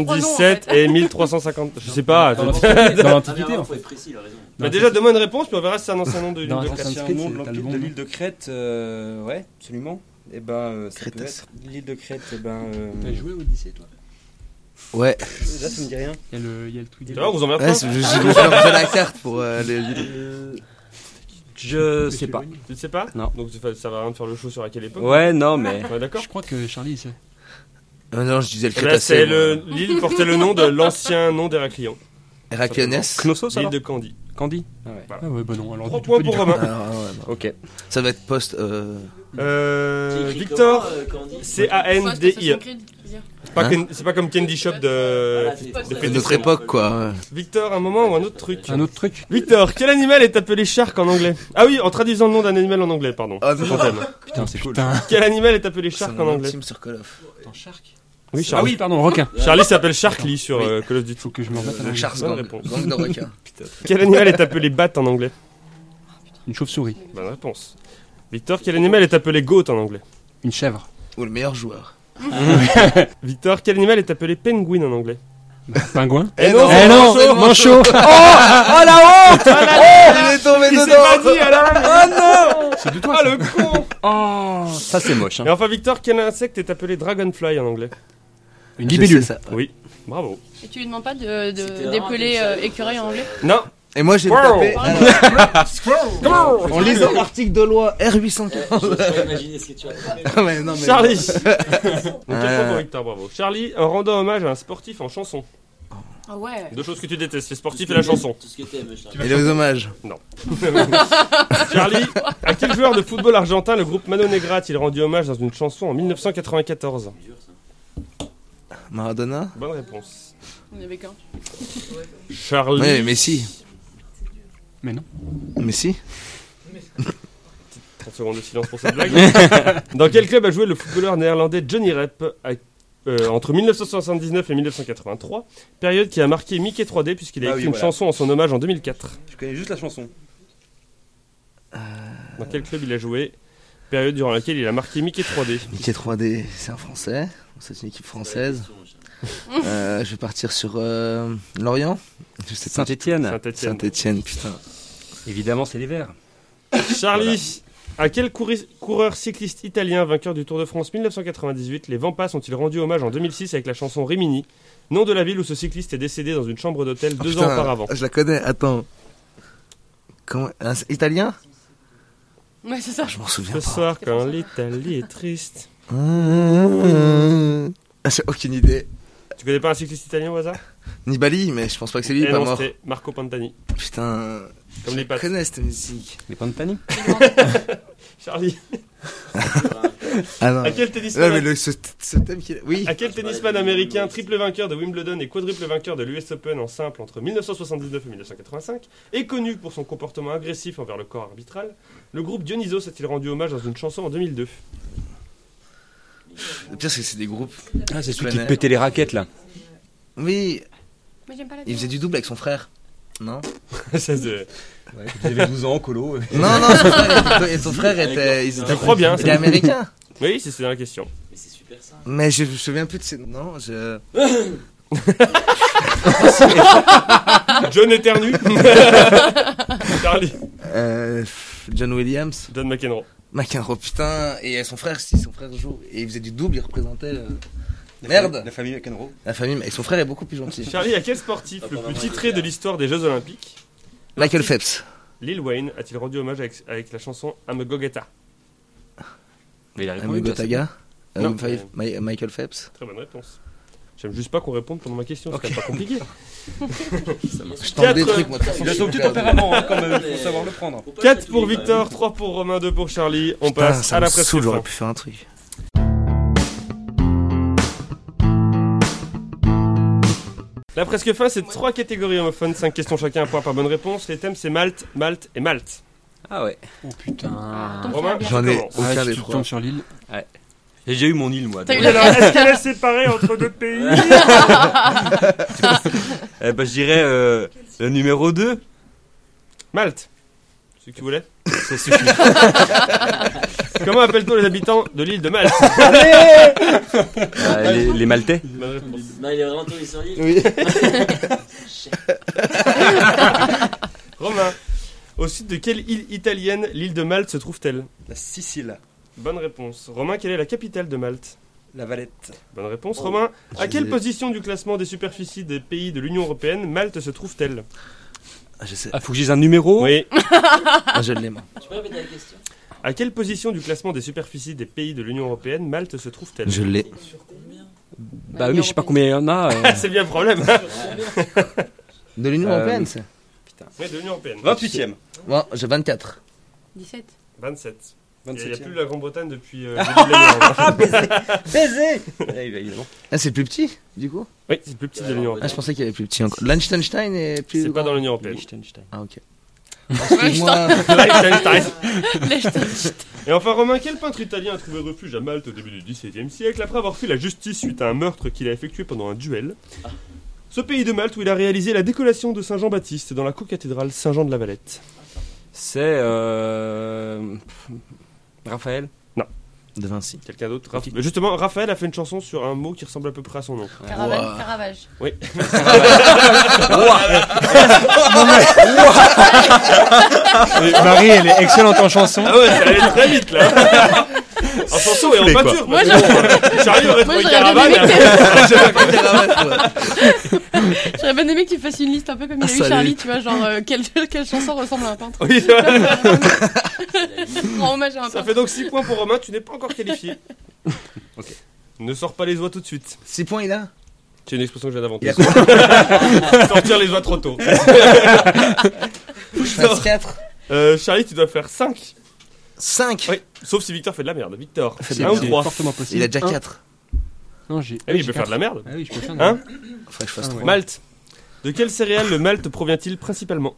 Speaker 3: en
Speaker 1: 277
Speaker 3: fait.
Speaker 1: et 1350. Je sais pas.
Speaker 5: Dans
Speaker 1: je-
Speaker 5: l'Antiquité, dans
Speaker 6: Ah, mais
Speaker 5: l'Antiquité,
Speaker 6: vraiment,
Speaker 5: en
Speaker 6: faut
Speaker 5: fait.
Speaker 6: être précis, il a raison.
Speaker 1: Bah déjà, donne-moi une réponse, puis on verra si c'est un ancien nom de l'île
Speaker 5: Dans
Speaker 1: de
Speaker 5: l'Ancien
Speaker 1: Crète.
Speaker 5: Sanskrit, c'est- t'as le bon nom.
Speaker 2: de Crète, euh, ouais, absolument. Et ben, euh, ça peut
Speaker 4: Crétas.
Speaker 2: être l'île de Crète, et ben. euh,
Speaker 5: T'as joué à Odyssée, toi
Speaker 4: Ouais,
Speaker 2: Là, ça me dit rien.
Speaker 5: Il y a le, il y a le tweet.
Speaker 1: Tu vois, on vous emmerde
Speaker 4: ouais
Speaker 1: pas
Speaker 4: c'est- je, je, je leur faisais la carte pour euh, les- les-
Speaker 2: Je
Speaker 5: Mais
Speaker 2: sais
Speaker 5: tu
Speaker 2: pas.
Speaker 5: l'as
Speaker 1: Tu ne sais pas
Speaker 2: Non.
Speaker 1: Donc ça ça va rien de faire le show sur à quelle époque
Speaker 2: Ouais, non, mais.
Speaker 1: Ouais,
Speaker 5: eu.
Speaker 1: D'accord
Speaker 5: Je crois que Charlie, il sait.
Speaker 4: Non, Oh non, je disais le
Speaker 1: Eh ben, c'est
Speaker 4: Crétacé.
Speaker 1: le-
Speaker 4: moi.
Speaker 1: L'île portait le nom de l'ancien nom d'Héraclion,
Speaker 4: Héraclionès.
Speaker 2: Knossos,
Speaker 1: l'île
Speaker 2: alors
Speaker 1: de Candie.
Speaker 2: Candy Ah ouais.
Speaker 5: Ah ouais, bah non. Alors,
Speaker 1: 3
Speaker 5: du-
Speaker 1: points
Speaker 5: du-
Speaker 1: pour
Speaker 5: du-
Speaker 1: Romain.
Speaker 4: Alors, Ah, ouais, non.
Speaker 2: Ok.
Speaker 4: Ça va être post. Euh...
Speaker 1: Euh,
Speaker 6: Qui écrit
Speaker 1: Victor,
Speaker 6: comment, euh, Candy
Speaker 1: C-A-N-D-I. C'est pas
Speaker 4: Hein
Speaker 1: Ken- C'est pas comme Candy Shop de.
Speaker 6: Voilà, c'est-
Speaker 3: de
Speaker 4: euh, De
Speaker 6: c'est-
Speaker 4: notre
Speaker 6: c'est-
Speaker 4: époque, quoi.
Speaker 1: Ah, Victor, un moment ou un autre truc
Speaker 5: Un autre truc.
Speaker 1: Victor, quel animal est appelé shark en anglais Ah oui, en traduisant le nom d'un animal en anglais, pardon.
Speaker 4: Ah, non,
Speaker 5: Putain, c'est cool.
Speaker 1: Quel animal est appelé
Speaker 4: c'est
Speaker 1: shark
Speaker 4: un
Speaker 1: en anglais
Speaker 4: intime sur Call of.
Speaker 1: Oui,
Speaker 5: Ah
Speaker 1: Charlie.
Speaker 5: oui, pardon, requin.
Speaker 1: Charlie s'appelle Sharkly sur
Speaker 4: Oui.
Speaker 1: euh, Call of Duty.
Speaker 5: Faut que je me remette à
Speaker 4: Le
Speaker 5: la-
Speaker 4: Charles
Speaker 1: bonne
Speaker 4: Gang.
Speaker 1: réponse.
Speaker 4: Gang de requins.
Speaker 1: Quel animal est appelé bat en anglais
Speaker 5: Une chauve-souris.
Speaker 1: Bonne réponse. Victor, quel animal est appelé goat en anglais
Speaker 5: Une chèvre.
Speaker 4: Ou le meilleur joueur.
Speaker 1: Victor, quel animal est appelé penguin en anglais
Speaker 5: Pingouin.
Speaker 1: Eh
Speaker 4: non,
Speaker 5: Eh non,
Speaker 4: manchot,
Speaker 5: manchot
Speaker 4: Oh la honte Il est tombé dedans
Speaker 5: C'est de toi Ah, le con Oh
Speaker 2: Ça, c'est moche.
Speaker 1: Et enfin, Victor, quel insecte est appelé dragonfly en anglais
Speaker 5: Une
Speaker 4: Je sais
Speaker 5: libellule.
Speaker 4: ça.
Speaker 1: Oui, bravo.
Speaker 3: Et tu lui demandes pas de, de
Speaker 6: C'était
Speaker 3: dépeler
Speaker 6: vraiment
Speaker 3: euh,
Speaker 6: comme ça.
Speaker 3: écureuil en anglais
Speaker 1: Non
Speaker 4: Et moi j'ai
Speaker 1: Wow.
Speaker 4: tapé. euh, alors,
Speaker 1: Comment
Speaker 4: En lisant l'article de loi
Speaker 6: Eh,
Speaker 4: R815.
Speaker 6: j'ose pas imaginer ce que tu as trouvé.
Speaker 4: Ah, mais non, mais-
Speaker 1: Charlie Donc, quel point
Speaker 4: Euh.
Speaker 1: pour Victor, bravo. Charlie, en rendant hommage à un sportif en chanson.
Speaker 3: Ah ouais.
Speaker 1: Deux choses que tu détestes, les sportifs et la chanson.
Speaker 6: Tout ce que t'aimes, Charles.
Speaker 4: Et les hommages.
Speaker 1: Charlie, à quel joueur de football argentin le groupe Mano Negra a-t-il rendu hommage dans une chanson en 1994
Speaker 6: C'est dur, ça.
Speaker 4: Maradona
Speaker 1: Bonne réponse.
Speaker 3: On avait qu'un.
Speaker 1: Charlie.
Speaker 4: Ouais, mais Messi.
Speaker 5: Mais non.
Speaker 4: Messi
Speaker 1: 30 secondes de silence pour cette blague. Dans quel club a joué le footballeur néerlandais Johnny Rep à- euh, entre 1979 et 1983, période qui a marqué Mickey 3D puisqu'il a
Speaker 2: Ah
Speaker 1: écrit
Speaker 2: oui,
Speaker 1: une
Speaker 2: voilà.
Speaker 1: chanson en son hommage en 2004.
Speaker 2: Je connais juste la chanson.
Speaker 1: Dans quel club il a joué Période durant laquelle il a marqué Mickey 3D.
Speaker 4: Mickey 3D, c'est un français. C'est une équipe française. Euh, je vais partir sur euh, Lorient. Je sais pas.
Speaker 2: Saint-Etienne.
Speaker 1: Saint-Etienne.
Speaker 4: Saint-Etienne, putain.
Speaker 2: Évidemment, c'est les Verts.
Speaker 1: Charlie, à quel couri- coureur cycliste italien vainqueur du Tour de France 1998 les Vampas ont-ils rendu hommage en 2006 avec la chanson Rimini, nom de la ville où ce cycliste est décédé dans une chambre d'hôtel
Speaker 4: Oh,
Speaker 1: deux
Speaker 4: putain,
Speaker 1: ans auparavant
Speaker 4: Je la connais, attends. Comment un- c'est Italien
Speaker 3: Ouais, c'est ça.
Speaker 4: Ah, Je m'en souviens
Speaker 1: Ce
Speaker 4: pas.
Speaker 1: soir, quand l'Italie est triste.
Speaker 4: Ah, J'ai aucune idée.
Speaker 1: Tu connais pas un cycliste italien au hasard
Speaker 4: Nibali, mais je pense pas que c'est lui,
Speaker 1: Eh
Speaker 4: pas
Speaker 1: non,
Speaker 4: mort.
Speaker 1: c'était Marco Pantani.
Speaker 4: Putain.
Speaker 1: Comme
Speaker 4: je
Speaker 1: les pattes.
Speaker 4: connais cette musique.
Speaker 2: Les pains de panier.
Speaker 1: Charlie,
Speaker 4: Ah non.
Speaker 1: à quel tennisman,
Speaker 4: Ouais, mais le, ce, ce thème qu'il a- Oui.
Speaker 1: à quel tennisman américain triple vainqueur de Wimbledon et quadruple vainqueur de l'US Open en simple entre 1979 et 1985 est connu pour son comportement agressif envers le corps arbitral Le groupe Dionysos a-t-il rendu hommage dans une chanson en 2002
Speaker 4: Le pire, c'est que c'est des groupes.
Speaker 2: Ah, c'est celui
Speaker 4: Je
Speaker 2: qui
Speaker 4: connais.
Speaker 2: pétait les raquettes, là.
Speaker 4: Oui,
Speaker 3: Moi j'aime pas la
Speaker 4: il faisait du double avec son frère. Non
Speaker 1: Ça, c'est-
Speaker 2: Il avait 12 ans, colo.
Speaker 4: Non, non, son frère, était- son frère était. Ils
Speaker 1: Je
Speaker 4: étaient
Speaker 1: crois bien.
Speaker 4: Il est
Speaker 1: c'est-
Speaker 4: américain.
Speaker 1: Oui, c'est c'est la question.
Speaker 6: Mais c'est super ça.
Speaker 4: Mais je je me souviens plus de ses. Non, je.
Speaker 1: John éternue. Charlie.
Speaker 4: Euh, John Williams.
Speaker 1: John McEnroe.
Speaker 4: Macanro, putain, et son frère, si son frère joue, et il faisait du double, il représentait. euh, Merde
Speaker 2: La famille McEnroe.
Speaker 4: La famille, mais son frère est beaucoup plus gentil.
Speaker 1: Charlie, à quel sportif le plus titré de l'histoire des Jeux Olympiques
Speaker 4: Michael Phelps.
Speaker 1: Lil Wayne a-t-il rendu hommage avec, avec la chanson I'm a Go Getter
Speaker 7: Mais il a répondu.
Speaker 4: Amigo
Speaker 7: toi, c'est
Speaker 4: Taga euh,
Speaker 1: Non.
Speaker 4: Five- Mi- Michael Phelps
Speaker 1: Très bonne réponse. J'aime juste pas qu'on réponde pendant ma question, c'est quand même pas compliqué.
Speaker 4: Je tente des
Speaker 1: Quatre.
Speaker 4: trucs, moi. de toute façon,
Speaker 2: Il a
Speaker 4: je
Speaker 2: son
Speaker 4: suis
Speaker 2: petit
Speaker 4: perdu.
Speaker 2: tempérament, hein, quand même,
Speaker 6: Mais-
Speaker 2: faut savoir le prendre.
Speaker 1: 4 pour Victor, 3 pour Romain, 2 pour Charlie. On
Speaker 4: Putain,
Speaker 1: passe
Speaker 4: ça
Speaker 1: à
Speaker 4: me
Speaker 1: la presse.
Speaker 4: saoule,
Speaker 1: de fin.
Speaker 4: j'aurais pu faire un truc.
Speaker 1: La presque fin, c'est trois catégories homophones, 5 questions chacun, un point par bonne réponse. Les thèmes, c'est Malte, Malte et Malte.
Speaker 7: Ah ouais.
Speaker 5: Oh putain.
Speaker 3: Attends,
Speaker 1: Romain,
Speaker 3: tu
Speaker 1: tu
Speaker 4: J'en ai
Speaker 1: commences.
Speaker 5: Ah,
Speaker 4: aucun
Speaker 5: si
Speaker 4: des
Speaker 5: tu
Speaker 4: trois.
Speaker 5: tombes sur l'île.
Speaker 2: J'ai déjà eu mon île, moi.
Speaker 3: T'as
Speaker 2: donc.
Speaker 3: eu la-
Speaker 1: Alors, est-ce qu'elle est séparée entre deux pays
Speaker 2: Eh ben, je dirais euh, le numéro 2.
Speaker 1: Malte, ce que tu voulais.
Speaker 2: Ça suffit.
Speaker 1: Comment appelle-t-on les habitants de l'île de Malte
Speaker 2: Euh, les, les Maltais.
Speaker 1: Bonne réponse.
Speaker 6: Non, il est vraiment tombé sur l'île.
Speaker 4: Oui.
Speaker 1: Romain, au sud de quelle île italienne l'île de Malte se trouve-t-elle
Speaker 2: La Sicile.
Speaker 1: Bonne réponse. Romain, quelle est la capitale de Malte
Speaker 2: La Valette.
Speaker 1: Bonne réponse, Romain. À
Speaker 4: Oh. Je
Speaker 1: quelle
Speaker 4: sais.
Speaker 1: position du classement des superficies des pays de l'Union Européenne Malte se trouve-t-elle
Speaker 4: Ah, je sais,
Speaker 2: Ah, faut que je dise un
Speaker 4: Oh.
Speaker 2: numéro
Speaker 1: Oui.
Speaker 4: Ah, je l'ai, moi.
Speaker 6: Tu peux répéter la question
Speaker 1: À quelle position du classement des superficies des pays de l'Union Européenne Malte se trouve-t-elle
Speaker 4: Je l'ai.
Speaker 2: Bah oui, mais je sais pas combien il y en a. euh.
Speaker 1: C'est bien le problème.
Speaker 4: De l'Union
Speaker 2: Euh,
Speaker 4: Européenne, c'est
Speaker 1: Oui, de l'Union Européenne.
Speaker 2: 28e.
Speaker 4: Bon, j'ai 24.
Speaker 3: 17.
Speaker 1: 27. Il n'y a
Speaker 2: 27e.
Speaker 1: plus la Grande-Bretagne depuis... euh, début de l'année.
Speaker 4: Baiser
Speaker 2: Eh, évidemment.
Speaker 4: Ah, c'est plus petit, du coup
Speaker 1: oui, c'est le plus petit de l'Union
Speaker 4: Ah,
Speaker 1: Européenne.
Speaker 4: je pensais qu'il y avait plus petit encore. Liechtenstein est plus.
Speaker 1: C'est pas
Speaker 4: grand.
Speaker 1: dans l'Union Européenne.
Speaker 2: Liechtenstein.
Speaker 4: Ah, ok. Excuse-moi.
Speaker 1: Liechtenstein.
Speaker 3: Liechtenstein.
Speaker 1: Et enfin, Romain, quel peintre italien a trouvé refuge à Malte au début du XVIIe siècle après avoir fait la justice suite à un meurtre qu'il a effectué pendant un duel Ce pays de Malte où il a réalisé la décollation de Saint Jean-Baptiste dans la co-cathédrale Saint-Jean de la Valette.
Speaker 2: C'est. Euh... pff, Raphaël.
Speaker 4: De Vinci.
Speaker 1: Quelqu'un d'autre Raph- Justement, Raphaël a fait une chanson sur un mot qui ressemble à peu près à son nom.
Speaker 3: Caravane,
Speaker 4: Ouah.
Speaker 3: Caravage.
Speaker 5: Marie, elle est excellente en chanson.
Speaker 1: Ah ouais, ça allait très vite là En chanson et en peinture
Speaker 3: Moi,
Speaker 1: parce que bon, euh, Charlie aurait
Speaker 3: Moi,
Speaker 1: trouvé
Speaker 3: j'aurais bien aimé
Speaker 1: caravane
Speaker 3: que t'a-
Speaker 4: Ah,
Speaker 3: j'aurais bien aimé que tu fasses une liste un peu comme il y a
Speaker 4: Ah,
Speaker 3: eu
Speaker 4: ça
Speaker 3: Charlie,
Speaker 4: allait.
Speaker 3: tu vois, genre euh, quelle, quelle chanson ressemble à un peintre.
Speaker 1: Oui, c'est vrai.
Speaker 3: Rends hommage à un
Speaker 1: ça
Speaker 3: peintre.
Speaker 1: fait donc 6 points pour Romain, tu n'es pas encore qualifié. Ne sors pas les oies tout de suite.
Speaker 4: 6 points, il a
Speaker 1: C'est une expression que j'ai
Speaker 4: Il
Speaker 1: d'inventer.
Speaker 4: a quoi
Speaker 1: Sortir les oies trop tôt.
Speaker 4: Je fasse 4.
Speaker 1: Euh, Charlie, tu dois faire 5.
Speaker 4: 5.
Speaker 1: Oui, sauf si Victor fait de la merde. Victor,
Speaker 4: Fait de
Speaker 1: un
Speaker 4: la
Speaker 1: ou
Speaker 4: merde.
Speaker 1: trois
Speaker 5: fortement possible.
Speaker 4: Il a déjà
Speaker 5: Un.
Speaker 4: 4.
Speaker 5: Non, j'ai.
Speaker 1: Ah oui,
Speaker 5: j'ai
Speaker 1: je peux faire de la merde.
Speaker 5: quatre. Ah oui, je peux faire de
Speaker 1: Hein
Speaker 5: la
Speaker 4: Faudrait que je fasse
Speaker 5: Ah,
Speaker 4: 3.
Speaker 5: ouais.
Speaker 1: Malte. De quelle céréale le malt provient-il principalement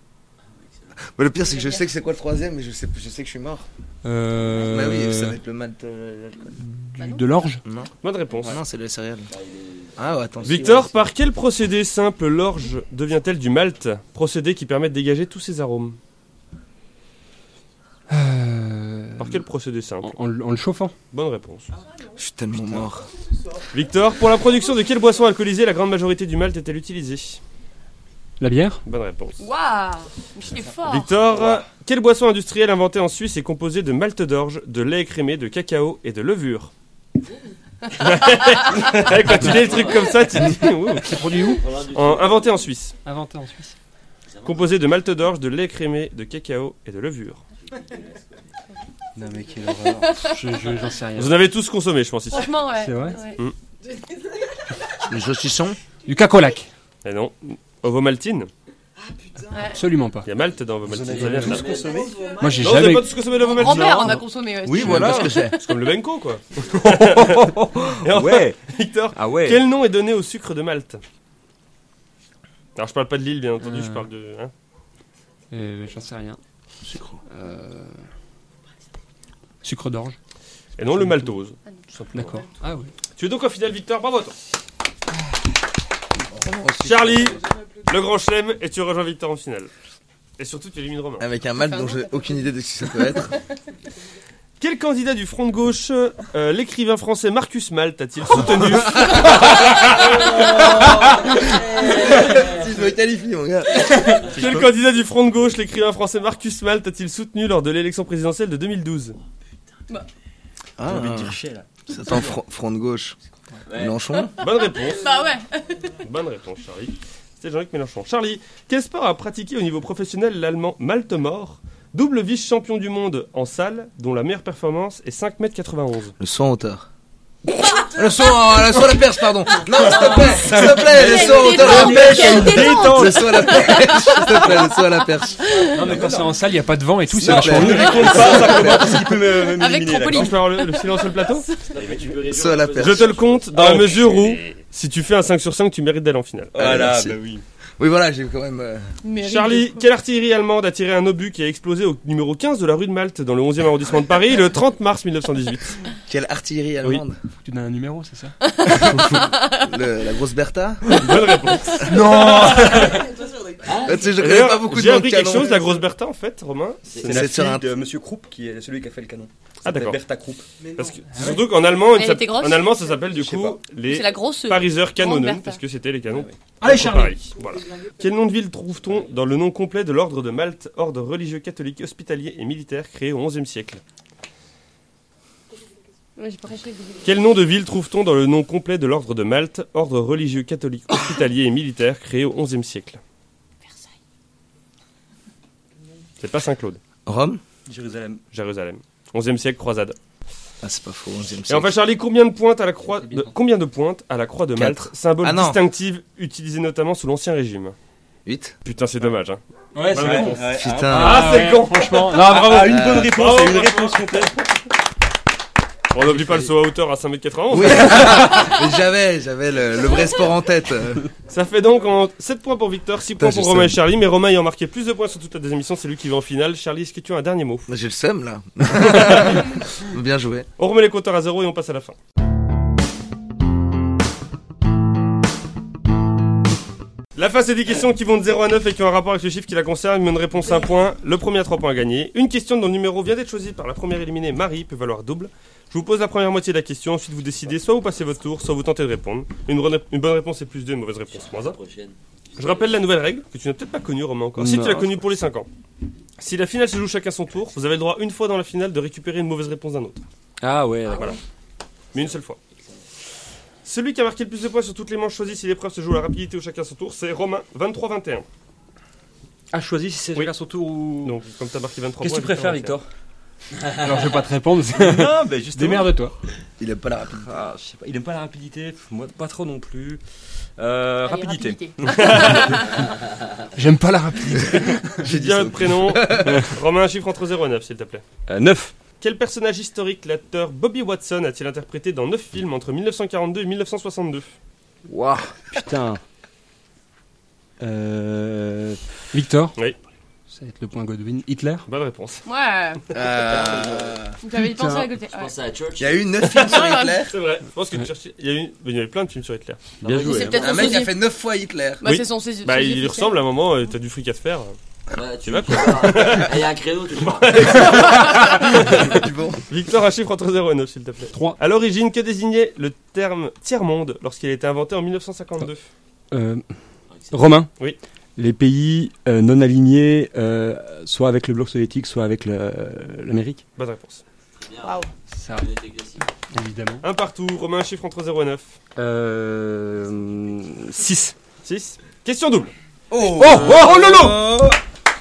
Speaker 4: le pire, c'est que je sais que c'est quoi le troisième, mais je sais, je sais que je suis mort.
Speaker 5: Euh,
Speaker 4: Bah oui, ça va être le malt. euh, l'alcool.
Speaker 5: du- de l'orge.
Speaker 4: non
Speaker 1: Bonne réponse.
Speaker 4: Ah Non, c'est le céréal. Ah, ouais, attends. si,
Speaker 1: Victor,
Speaker 4: ouais, c'est-
Speaker 1: par quel procédé simple l'orge devient-elle du malt Procédé qui permet de dégager tous ses arômes.
Speaker 5: Euh,
Speaker 1: Par quel procédé simple
Speaker 5: en, en- en le chauffant.
Speaker 1: Bonne réponse.
Speaker 4: Je suis tellement mort.
Speaker 1: Victor, pour la production de quelle boisson alcoolisée la grande majorité du malt est-elle utilisée
Speaker 5: La bière.
Speaker 1: Bonne réponse.
Speaker 3: Waouh, il est fort.
Speaker 1: Victor, quelle boisson industrielle inventée en Suisse est composée de malt d'orge, de lait écrémé, de cacao et de levure Ouais, Quand tu lis le truc comme ça, tu dis Ouh, c'est produit où En- Inventée en Suisse,
Speaker 5: Inventé en Suisse.
Speaker 1: composée de malt d'orge, de lait écrémé, de cacao et de levure.
Speaker 4: Non, mais quelle horreur.
Speaker 5: Je- je- J'en sais rien.
Speaker 1: Vous en avez tous consommé, je pense ici.
Speaker 3: Franchement, ouais.
Speaker 5: C'est vrai
Speaker 3: Ouais.
Speaker 4: Le saucisson
Speaker 5: Du cacolac.
Speaker 1: Et Eh non, Ovomaltine.
Speaker 3: Ouais.
Speaker 5: Absolument pas.
Speaker 1: Il y a malt dans Ovomaltine.
Speaker 2: Vous
Speaker 1: ça
Speaker 2: en avez
Speaker 1: vient de là.
Speaker 2: tous consommé
Speaker 5: Moi, j'ai
Speaker 1: Non, vous n'avez
Speaker 5: jamais.
Speaker 1: pas tous consommé l'Ovomaltine
Speaker 3: Grand-père,
Speaker 1: Non,
Speaker 3: on a
Speaker 1: non.
Speaker 3: consommé. Ouais,
Speaker 4: Oui,
Speaker 3: c'est
Speaker 4: voilà.
Speaker 3: sûr.
Speaker 4: Parce que c'est.
Speaker 1: C'est comme le Benko, quoi. Et enfin,
Speaker 2: Ouais.
Speaker 1: Victor,
Speaker 2: Ah ouais.
Speaker 1: Quel nom est donné au sucre de Malte Alors je parle pas de l'île bien entendu,
Speaker 5: Euh.
Speaker 1: je parle de... hein.
Speaker 5: Euh, J'en sais rien. Sucre. Sucre d'orge.
Speaker 1: Et non, le maltose.
Speaker 5: D'accord. Ah oui.
Speaker 1: Tu es donc au final Victor, bravo à toi.
Speaker 4: Oh,
Speaker 1: Charlie,
Speaker 4: euh,
Speaker 1: le grand chelem, et tu rejoins Victor en finale. Et surtout, tu élimines Romain.
Speaker 4: Avec un malt dont j'ai aucune idée de ce que ça peut être.
Speaker 1: Quel candidat du Front de Gauche, euh, l'écrivain français Marcus Malte, a-t-il soutenu
Speaker 4: Si je me qualifie, mon gars.
Speaker 1: Quel candidat du Front de Gauche, l'écrivain français Marcus Malte, a-t-il soutenu lors de l'élection présidentielle de 2012
Speaker 4: Ah, ça sent front, front de gauche.
Speaker 6: Ouais.
Speaker 4: Mélenchon
Speaker 1: Bonne réponse.
Speaker 3: Bah ouais.
Speaker 1: Bonne réponse, Charlie. C'était Jean-Luc Mélenchon. Charlie, quel sport a pratiqué au niveau professionnel l'allemand Malte Mort, Double vice-champion du monde en salle, dont la meilleure performance est 5m91.
Speaker 4: Le saut en hauteur. le saut en le saut à la perche, pardon. Non, s'il te plaît, s'il te plaît, le saut en hauteur à la perche.
Speaker 3: Quelle détente
Speaker 4: Le saut à la perche, s'il te plaît, le saut à la perche.
Speaker 7: Non, mais quand c'est en salle, il n'y a pas de vent et tout, c'est
Speaker 4: Non,
Speaker 7: vachement mieux.
Speaker 4: mais-
Speaker 2: Ah,
Speaker 3: Avec
Speaker 1: Attends,
Speaker 3: trampoline.
Speaker 1: je peux avoir le, le silence sur le plateau
Speaker 4: Saut à la perche.
Speaker 1: Je te le compte dans la mesure où, si tu fais un 5 sur 5, tu mérites d'aller en finale.
Speaker 2: Voilà,
Speaker 4: Merci.
Speaker 2: bah oui.
Speaker 4: Oui, voilà, j'ai quand même. euh,
Speaker 3: Mais
Speaker 1: Charlie,
Speaker 3: rigolo.
Speaker 1: quelle artillerie allemande a tiré un obus qui a explosé au numéro 15 de la rue de Malte dans le 11e arrondissement de Paris le 30 mars 1918
Speaker 4: Quelle artillerie allemande.
Speaker 5: Tu donnes un numéro, c'est ça
Speaker 4: Le- la grosse Bertha.
Speaker 1: Bonne réponse.
Speaker 4: Euh, tu sais, je
Speaker 1: Ah,
Speaker 4: connais
Speaker 1: D'ailleurs,
Speaker 4: pas beaucoup de
Speaker 1: J'ai
Speaker 4: noms de
Speaker 1: appris quelque
Speaker 4: canon.
Speaker 1: chose, la grosse Bertha en fait, Romain.
Speaker 2: C'est
Speaker 4: C'est
Speaker 2: la
Speaker 4: sur
Speaker 2: fille
Speaker 4: un-
Speaker 2: de Monsieur Krupp qui est celui qui a fait le canon.
Speaker 1: Ah, d'accord.
Speaker 2: Bertha Krupp.
Speaker 1: Parce que, surtout qu'en allemand,
Speaker 8: Elle
Speaker 1: ça-
Speaker 8: était grosse
Speaker 1: en allemand ça s'appelle du
Speaker 2: Je sais
Speaker 1: coup
Speaker 2: pas.
Speaker 1: les
Speaker 8: C'est la grosse.
Speaker 1: pariseurs canonneux,
Speaker 8: Bertha.
Speaker 1: parce que c'était les canons.
Speaker 5: Allez,
Speaker 1: contre
Speaker 5: Charlie
Speaker 1: Paris. Voilà. Quel nom de ville trouve-t-on dans le nom complet de l'ordre de Malte, ordre religieux catholique hospitalier et militaire créé au XIe siècle
Speaker 3: Ouais, j'ai pas compris.
Speaker 1: Quel nom de ville trouve-t-on dans le nom complet de l'ordre de Malte, ordre religieux catholique hospitalier et militaire créé au XIe siècle C'est pas Saint-Claude,
Speaker 4: Rome
Speaker 2: Jérusalem.
Speaker 1: Jérusalem. 11e siècle, croisade.
Speaker 4: Ah, c'est pas faux, 11e
Speaker 1: Et enfin,
Speaker 4: siècle.
Speaker 1: Charlie, combien de pointes à la croix de, combien de pointes à la croix de Malte,
Speaker 4: Quatre.
Speaker 1: symbole
Speaker 4: Ah non.
Speaker 1: distinctif utilisé notamment sous l'Ancien Régime
Speaker 4: 8.
Speaker 1: Putain, c'est dommage. Hein.
Speaker 5: Ouais,
Speaker 1: Bonne réponse.
Speaker 4: Putain.
Speaker 1: Ah, c'est con.
Speaker 5: Franchement, non,
Speaker 2: Ah,
Speaker 5: bravo.
Speaker 2: ah, une bonne réponse,
Speaker 1: bravo,
Speaker 2: une
Speaker 1: bravo.
Speaker 2: réponse complète.
Speaker 1: On n'oublie pas le saut à hauteur à 5m91.
Speaker 4: Oui. Mais j'avais, j'avais le, le vrai sport en tête. euh.
Speaker 1: Ça fait donc en 7 points pour Victor, 6 points
Speaker 4: Putain,
Speaker 1: pour
Speaker 4: j'ai
Speaker 1: Romain et
Speaker 4: seum.
Speaker 1: Charlie. Mais Romain ayant marqué plus de points sur toute la deuxième émission, c'est lui qui va en finale. Charlie, est-ce que tu as un dernier mot
Speaker 4: J'ai le seum là. Bien joué.
Speaker 1: On remet les compteurs à zéro et on passe à la fin. La fin, c'est des questions qui vont de 0 à 9 et qui ont un rapport avec le chiffre qui la concerne. Une réponse, un point. Le premier à 3 points à gagner. Une question dont le numéro vient d'être choisi par la première éliminée, Marie, peut valoir double. Je vous pose la première moitié de la question, ensuite vous décidez soit vous passez votre tour, soit vous tentez de répondre. Une, bonne- une bonne réponse est plus 2, une mauvaise réponse moins 1.
Speaker 6: prochaine.
Speaker 1: Je rappelle la nouvelle règle que tu n'as peut-être pas connue, Romain, encore. Si tu l'as connue pour les 5 ans. Si la finale se joue chacun son tour, vous avez le droit une fois dans la finale de récupérer une mauvaise réponse d'un autre.
Speaker 7: Ah ouais,
Speaker 1: Voilà. Mais une seule fois. Celui qui a marqué le plus de points sur toutes les manches choisies si l'épreuve se joue à la rapidité ou chacun son tour, c'est Romain, 23-21.
Speaker 2: Ah,
Speaker 7: A choisi si c'est
Speaker 1: Oui.
Speaker 7: chacun son tour ou.
Speaker 1: Donc, comme t'as marqué 23
Speaker 7: Qu'est-ce que tu
Speaker 1: points,
Speaker 7: préfères,
Speaker 1: 21.
Speaker 7: Victor
Speaker 5: alors je vais pas te répondre.
Speaker 2: Non, mais justement.
Speaker 5: Démerde-toi.
Speaker 4: Il aime pas la rapide.
Speaker 2: Ah, je sais pas, il aime pas la rapidité, pff, moi pas trop non plus. Euh,
Speaker 8: Allez,
Speaker 2: rapidité.
Speaker 5: J'aime pas la rapide.
Speaker 1: J'ai bien votre prénom. Romain, un chiffre entre 0 et 9, s'il te plaît.
Speaker 2: 9.
Speaker 1: Quel personnage historique l'acteur Bobby Watson a-t-il interprété dans 9 films entre 1942 et 1962
Speaker 7: Waouh, putain. Euh.
Speaker 5: Victor
Speaker 1: Oui.
Speaker 5: Ça va être le point Godwin. Hitler
Speaker 1: Bonne réponse.
Speaker 3: Ouais,
Speaker 4: Euh,
Speaker 3: j'avais y pensé à côté.
Speaker 6: Je
Speaker 3: Ouais.
Speaker 6: pense à Church.
Speaker 4: Il y a eu 9 films sur Hitler.
Speaker 1: C'est vrai. Je pense que Churchill- il y, a eu... il y a eu plein de films sur Hitler.
Speaker 7: Bien
Speaker 8: C'est
Speaker 7: joué.
Speaker 8: peut-être
Speaker 4: Un
Speaker 8: son
Speaker 4: mec a
Speaker 8: sosie.
Speaker 4: fait 9 fois Hitler.
Speaker 3: Bah,
Speaker 1: Oui.
Speaker 3: c'est son sosie-
Speaker 1: Bah,
Speaker 3: sosie
Speaker 1: il
Speaker 3: officiel.
Speaker 1: ressemble à un moment, euh, t'as du fric à te faire.
Speaker 6: Ouais, tu
Speaker 1: vas,
Speaker 6: vas
Speaker 1: quoi.
Speaker 6: quoi Il y a un créneau toujours.
Speaker 4: Du bon.
Speaker 1: Victor, un chiffre entre 0 et 9, s'il te plaît.
Speaker 5: 3.
Speaker 1: À l'origine, que désignait le terme tiers-monde lorsqu'il a été inventé en 1952
Speaker 2: hein.
Speaker 5: Euh, Romain
Speaker 1: Oui.
Speaker 5: Les pays euh, non alignés, euh, soit avec le bloc soviétique, soit avec le- euh, l'Amérique
Speaker 1: Bonne réponse.
Speaker 5: Ça,
Speaker 6: Il était classique.
Speaker 5: évidemment.
Speaker 1: Un partout, Romain, un chiffre entre 0 et 9.
Speaker 5: Euh, 6.
Speaker 1: 6. Question double.
Speaker 4: Oh,
Speaker 5: Oh, oh,
Speaker 4: lolo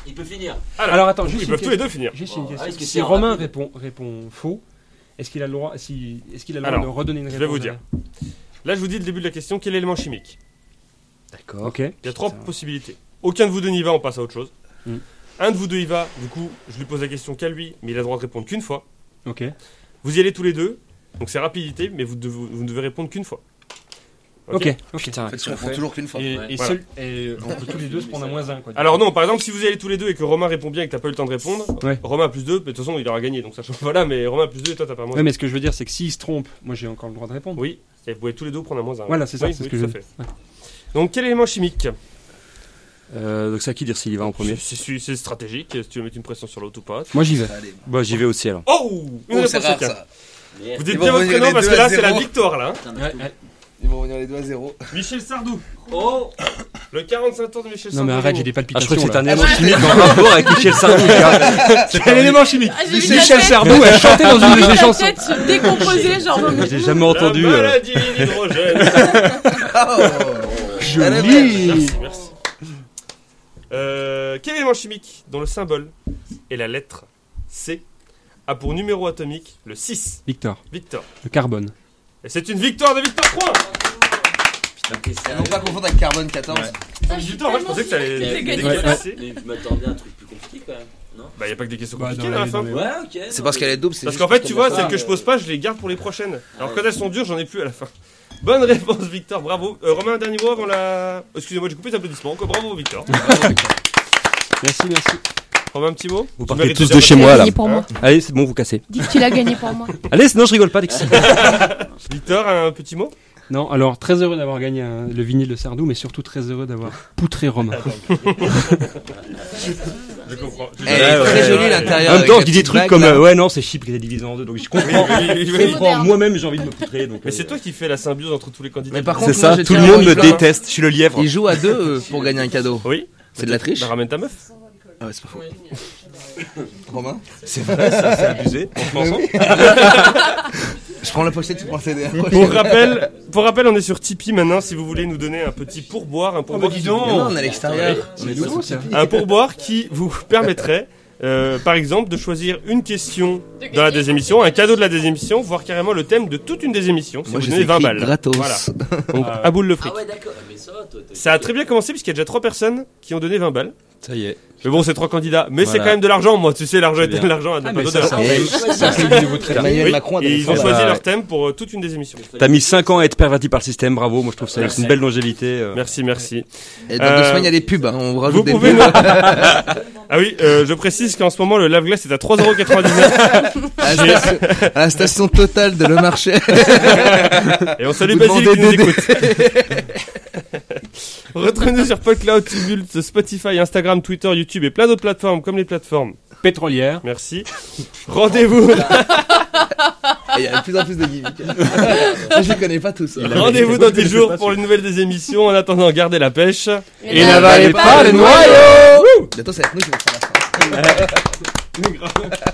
Speaker 6: Il peut finir.
Speaker 1: Alors,
Speaker 5: Alors attends,
Speaker 1: Ils
Speaker 5: juste une,
Speaker 1: peuvent tous les
Speaker 5: question.
Speaker 1: deux finir.
Speaker 5: Juste une
Speaker 6: Ah,
Speaker 5: question.
Speaker 6: est-ce que
Speaker 5: si
Speaker 6: c'est en
Speaker 5: Romain
Speaker 6: rapide
Speaker 5: répond, répond faux, est-ce qu'il a le droit, si, est-ce qu'il a le droit
Speaker 1: Alors,
Speaker 5: de redonner une
Speaker 1: je
Speaker 5: réponse
Speaker 1: vais vous dire. Là, je vous dis le début de la question, quel est l'élément chimique
Speaker 5: derrière Ok.
Speaker 1: Il y a trois possibilités. Aucun de vous deux n'y va, on passe à autre chose.
Speaker 5: Mm.
Speaker 1: Un de vous deux y va, du coup, je lui pose la question qu'à lui, mais il a le droit de répondre qu'une fois.
Speaker 5: Ok.
Speaker 1: Vous y allez tous les deux, donc c'est rapidité, mais vous, devez- vous ne devez répondre qu'une fois.
Speaker 5: Ok.
Speaker 7: Oh, Putain.
Speaker 4: En fait,
Speaker 1: Ah,
Speaker 4: on prend toujours qu'une fois.
Speaker 5: Et,
Speaker 6: Ouais.
Speaker 5: et
Speaker 1: Voilà.
Speaker 5: seul- et on peut tous les deux se prendre à moins 1. Quoi.
Speaker 1: Alors non, par exemple, si vous y allez tous les deux et que Romain répond bien et que t'as pas eu le temps de répondre,
Speaker 5: Ouais.
Speaker 1: Romain a plus 2, de toute façon il aura gagné, donc ça change. Voilà, mais Romain a plus 2 et toi t'as pas moins
Speaker 5: Ouais, mais ce que je veux dire, c'est que s'il se trompe, moi j'ai encore le droit de répondre.
Speaker 1: Oui, et vous pouvez tous les deux prendre un moins 1.
Speaker 5: Voilà, c'est ça,
Speaker 1: oui,
Speaker 5: c'est
Speaker 1: oui,
Speaker 5: ce que
Speaker 1: tout
Speaker 5: je
Speaker 1: à
Speaker 5: veux
Speaker 1: fait. Donc quel élément chimique
Speaker 7: Euh, donc c'est à qui dire s'il y va en premier
Speaker 1: C'est- C'est c'est stratégique, si tu veux mettre une pression sur l'autre ou pas.
Speaker 5: Moi j'y vais.
Speaker 4: Allez.
Speaker 7: Bah j'y vais aussi alors.
Speaker 1: Oh Une
Speaker 4: Oh,
Speaker 1: réponse
Speaker 4: c'est rare
Speaker 1: chacun.
Speaker 4: ça.
Speaker 1: Vous
Speaker 6: Merde.
Speaker 1: dites
Speaker 4: Ils vont
Speaker 1: bien votre
Speaker 4: revenir les
Speaker 1: prénom parce
Speaker 4: deux
Speaker 1: que
Speaker 4: à
Speaker 1: là c'est la
Speaker 4: zéro.
Speaker 1: victoire là. hein.
Speaker 6: Putain, mais tout.
Speaker 4: Ils vont revenir les doigts à zéro.
Speaker 1: Michel Sardou,
Speaker 6: Oh
Speaker 1: le 45 tours de Michel
Speaker 5: Non
Speaker 1: Sardou.
Speaker 5: mais arrête, j'ai des
Speaker 7: Ah, je
Speaker 5: palpitations.
Speaker 7: crois que c'est un
Speaker 5: là.
Speaker 7: élément chimique en rapport avec Michel Sardou.
Speaker 5: C'est un élément chimique.
Speaker 3: Ah, j'ai vu
Speaker 5: Michel
Speaker 3: la tête-
Speaker 5: Sardou a chanté dans une de
Speaker 3: la
Speaker 5: ses chansons.
Speaker 3: tête se décomposer, genre. non, mais-
Speaker 7: J'ai jamais
Speaker 1: La
Speaker 7: entendu. euh,
Speaker 1: maladie d'hydrogène.
Speaker 4: Oh. Elle est belle.
Speaker 5: Joli.
Speaker 1: merci, merci. Euh, quel élément chimique dont le symbole et la lettre C a pour numéro atomique le 6
Speaker 5: Victor,
Speaker 1: Victor.
Speaker 5: le carbone.
Speaker 1: Et c'est une victoire de Victor Point
Speaker 4: Ah, Non, pas confondre avec Carbone 14.
Speaker 1: Ouais.
Speaker 3: Ah, je suis
Speaker 1: Victor, moi je
Speaker 3: tellement
Speaker 1: pensais que ça
Speaker 3: sûre
Speaker 1: allait.
Speaker 3: qu'il était
Speaker 1: Ouais,
Speaker 3: gagnant.
Speaker 1: ouais.
Speaker 6: Mais je m'attendais à un truc plus compliqué quand même.
Speaker 1: Bah, y a pas que des questions
Speaker 5: Bah,
Speaker 1: compliquées
Speaker 5: dans
Speaker 1: à la
Speaker 5: les-
Speaker 1: fin.
Speaker 5: dans les-
Speaker 6: Ouais, ok.
Speaker 4: C'est
Speaker 6: non,
Speaker 4: parce
Speaker 6: mais-
Speaker 4: qu'elle est double, c'est
Speaker 1: Parce
Speaker 4: juste
Speaker 1: qu'en fait,
Speaker 4: qu'elle
Speaker 1: tu
Speaker 4: l'a
Speaker 1: vois,
Speaker 4: pas.
Speaker 6: pas,
Speaker 1: celles que je
Speaker 6: mais-
Speaker 1: pose pas, euh, je les garde pour les prochaines. Alors
Speaker 6: Ouais.
Speaker 1: quand elles sont dures, j'en ai plus à la fin. Bonne réponse, Victor, bravo. Euh, Romain, un dernier mot avant la. Excusez-moi, j'ai coupé les applaudissements. Encore bravo, Victor.
Speaker 5: Merci, merci.
Speaker 1: Romain, un petit mot
Speaker 7: Vous
Speaker 1: Tu
Speaker 7: partez
Speaker 1: mérites
Speaker 7: tous
Speaker 1: déjà
Speaker 7: de
Speaker 1: pas-
Speaker 7: chez moi là.
Speaker 8: gagné pour moi.
Speaker 7: Allez, c'est bon, vous cassez.
Speaker 8: Dis que tu l'as gagné pour moi.
Speaker 7: Allez, sinon je rigole pas, Alexis.
Speaker 1: Victor, un petit mot
Speaker 5: Non, alors très heureux d'avoir gagné hein, le vinyle de Sardou, mais surtout très heureux d'avoir poutré Romain.
Speaker 1: Je comprends.
Speaker 4: Elle
Speaker 7: Ouais,
Speaker 4: est très
Speaker 7: ouais,
Speaker 4: jolie
Speaker 1: ouais.
Speaker 4: l'intérieur.
Speaker 7: En même
Speaker 4: avec
Speaker 7: temps,
Speaker 4: la
Speaker 7: je dis des
Speaker 4: petite
Speaker 7: trucs
Speaker 4: bague,
Speaker 7: comme
Speaker 4: là.
Speaker 7: euh, ouais, non, c'est Chypre qui a divisé en deux, donc je comprends.
Speaker 8: C'est
Speaker 7: Je comprends.
Speaker 8: moderne.
Speaker 7: Moi-même, j'ai envie de me poutrer. donc,
Speaker 1: Mais
Speaker 7: euh,
Speaker 1: c'est toi qui fais la symbiose entre tous les candidats.
Speaker 4: Mais par
Speaker 7: C'est
Speaker 4: contre, moi,
Speaker 7: ça,
Speaker 4: je
Speaker 7: tout
Speaker 4: tiens
Speaker 7: le
Speaker 4: à
Speaker 7: monde
Speaker 4: vous
Speaker 7: me
Speaker 4: plaindre.
Speaker 7: déteste, je suis le lièvre.
Speaker 4: Ils jouent à deux euh, pour gagner un cadeau.
Speaker 1: Oui.
Speaker 4: C'est de la triche
Speaker 1: Bah, ramène ta meuf.
Speaker 4: Ah ouais, c'est pas faux. Romain
Speaker 7: abusé.
Speaker 4: Je prends la pochette, tu prends le CD.
Speaker 1: Pour rappel, pour rappel, on est sur Tipeee maintenant. Si vous voulez nous donner un petit pourboire, un pourboire, qui-
Speaker 4: Mais non, on est à l'extérieur.
Speaker 5: C'est nouveau ça.
Speaker 1: un pourboire qui vous permettrait, euh, par exemple, de choisir une question
Speaker 3: De
Speaker 1: dans la
Speaker 3: gagner.
Speaker 1: désémission, un cadeau de la désémission, voire carrément le thème de toute une désémission. Si
Speaker 4: Moi,
Speaker 1: vous
Speaker 4: je
Speaker 1: donnez
Speaker 4: sais
Speaker 1: 20 balles.
Speaker 4: gratos.
Speaker 1: Voilà. Donc, à boule le fric.
Speaker 6: Ah ouais, d'accord. Mais ça va, toi. t'as-
Speaker 1: Ça a très bien commencé puisqu'il y a déjà trois personnes qui ont donné 20 balles.
Speaker 7: Ça y est.
Speaker 1: Mais bon, c'est trois candidats. Mais c'est
Speaker 7: Voilà.
Speaker 1: quand même de l'argent, moi. Tu sais, l'argent était
Speaker 7: bien.
Speaker 1: l'argent. à
Speaker 5: Ah,
Speaker 1: pas
Speaker 5: mais
Speaker 1: d'odeur.
Speaker 5: ça, ça,
Speaker 4: Et-
Speaker 5: c'est- ça, c'est le nouveau trailer.
Speaker 4: Emmanuel
Speaker 1: Oui,
Speaker 4: Macron a
Speaker 1: et
Speaker 4: donné Ah
Speaker 1: ils
Speaker 4: ça.
Speaker 1: ont choisi
Speaker 7: Bah,
Speaker 1: leur
Speaker 7: ouais.
Speaker 1: thème pour euh, toute une des émissions.
Speaker 7: T'as mis 5 ans à être perverti par le système, bravo. Moi, je trouve ça
Speaker 1: Merci.
Speaker 7: une belle longévité. euh.
Speaker 1: Merci, merci.
Speaker 4: Et dans
Speaker 1: Euh,
Speaker 4: deux semaines, il y a des pubs. hein, On rajoute
Speaker 1: Vous
Speaker 4: des
Speaker 1: pouvez
Speaker 4: pubs.
Speaker 1: nous- Ah oui, euh, je précise qu'en ce moment, le lave-glace est à 3,99€
Speaker 4: À la station- à la station totale de Le Marché.
Speaker 1: et on salue
Speaker 4: Vous
Speaker 1: Basile qui
Speaker 4: demandez
Speaker 1: nous
Speaker 4: des-
Speaker 1: écoute. Retrouvez-nous sur PodCloud, Tumult, Spotify, Instagram, Twitter, YouTube et plein d'autres plateformes comme les plateformes.
Speaker 5: Pétrolière.
Speaker 1: Merci. Rendez-vous
Speaker 4: Ah, Il y a de plus en plus de gimmicks. Je les connais pas tous.
Speaker 1: rendez-vous dans 10 jours pour une nouvelle des émissions. En attendant, gardez la pêche.
Speaker 3: Et n'avalez
Speaker 4: pas le noyau Bientôt, ça va être nous qui vont faire la fin.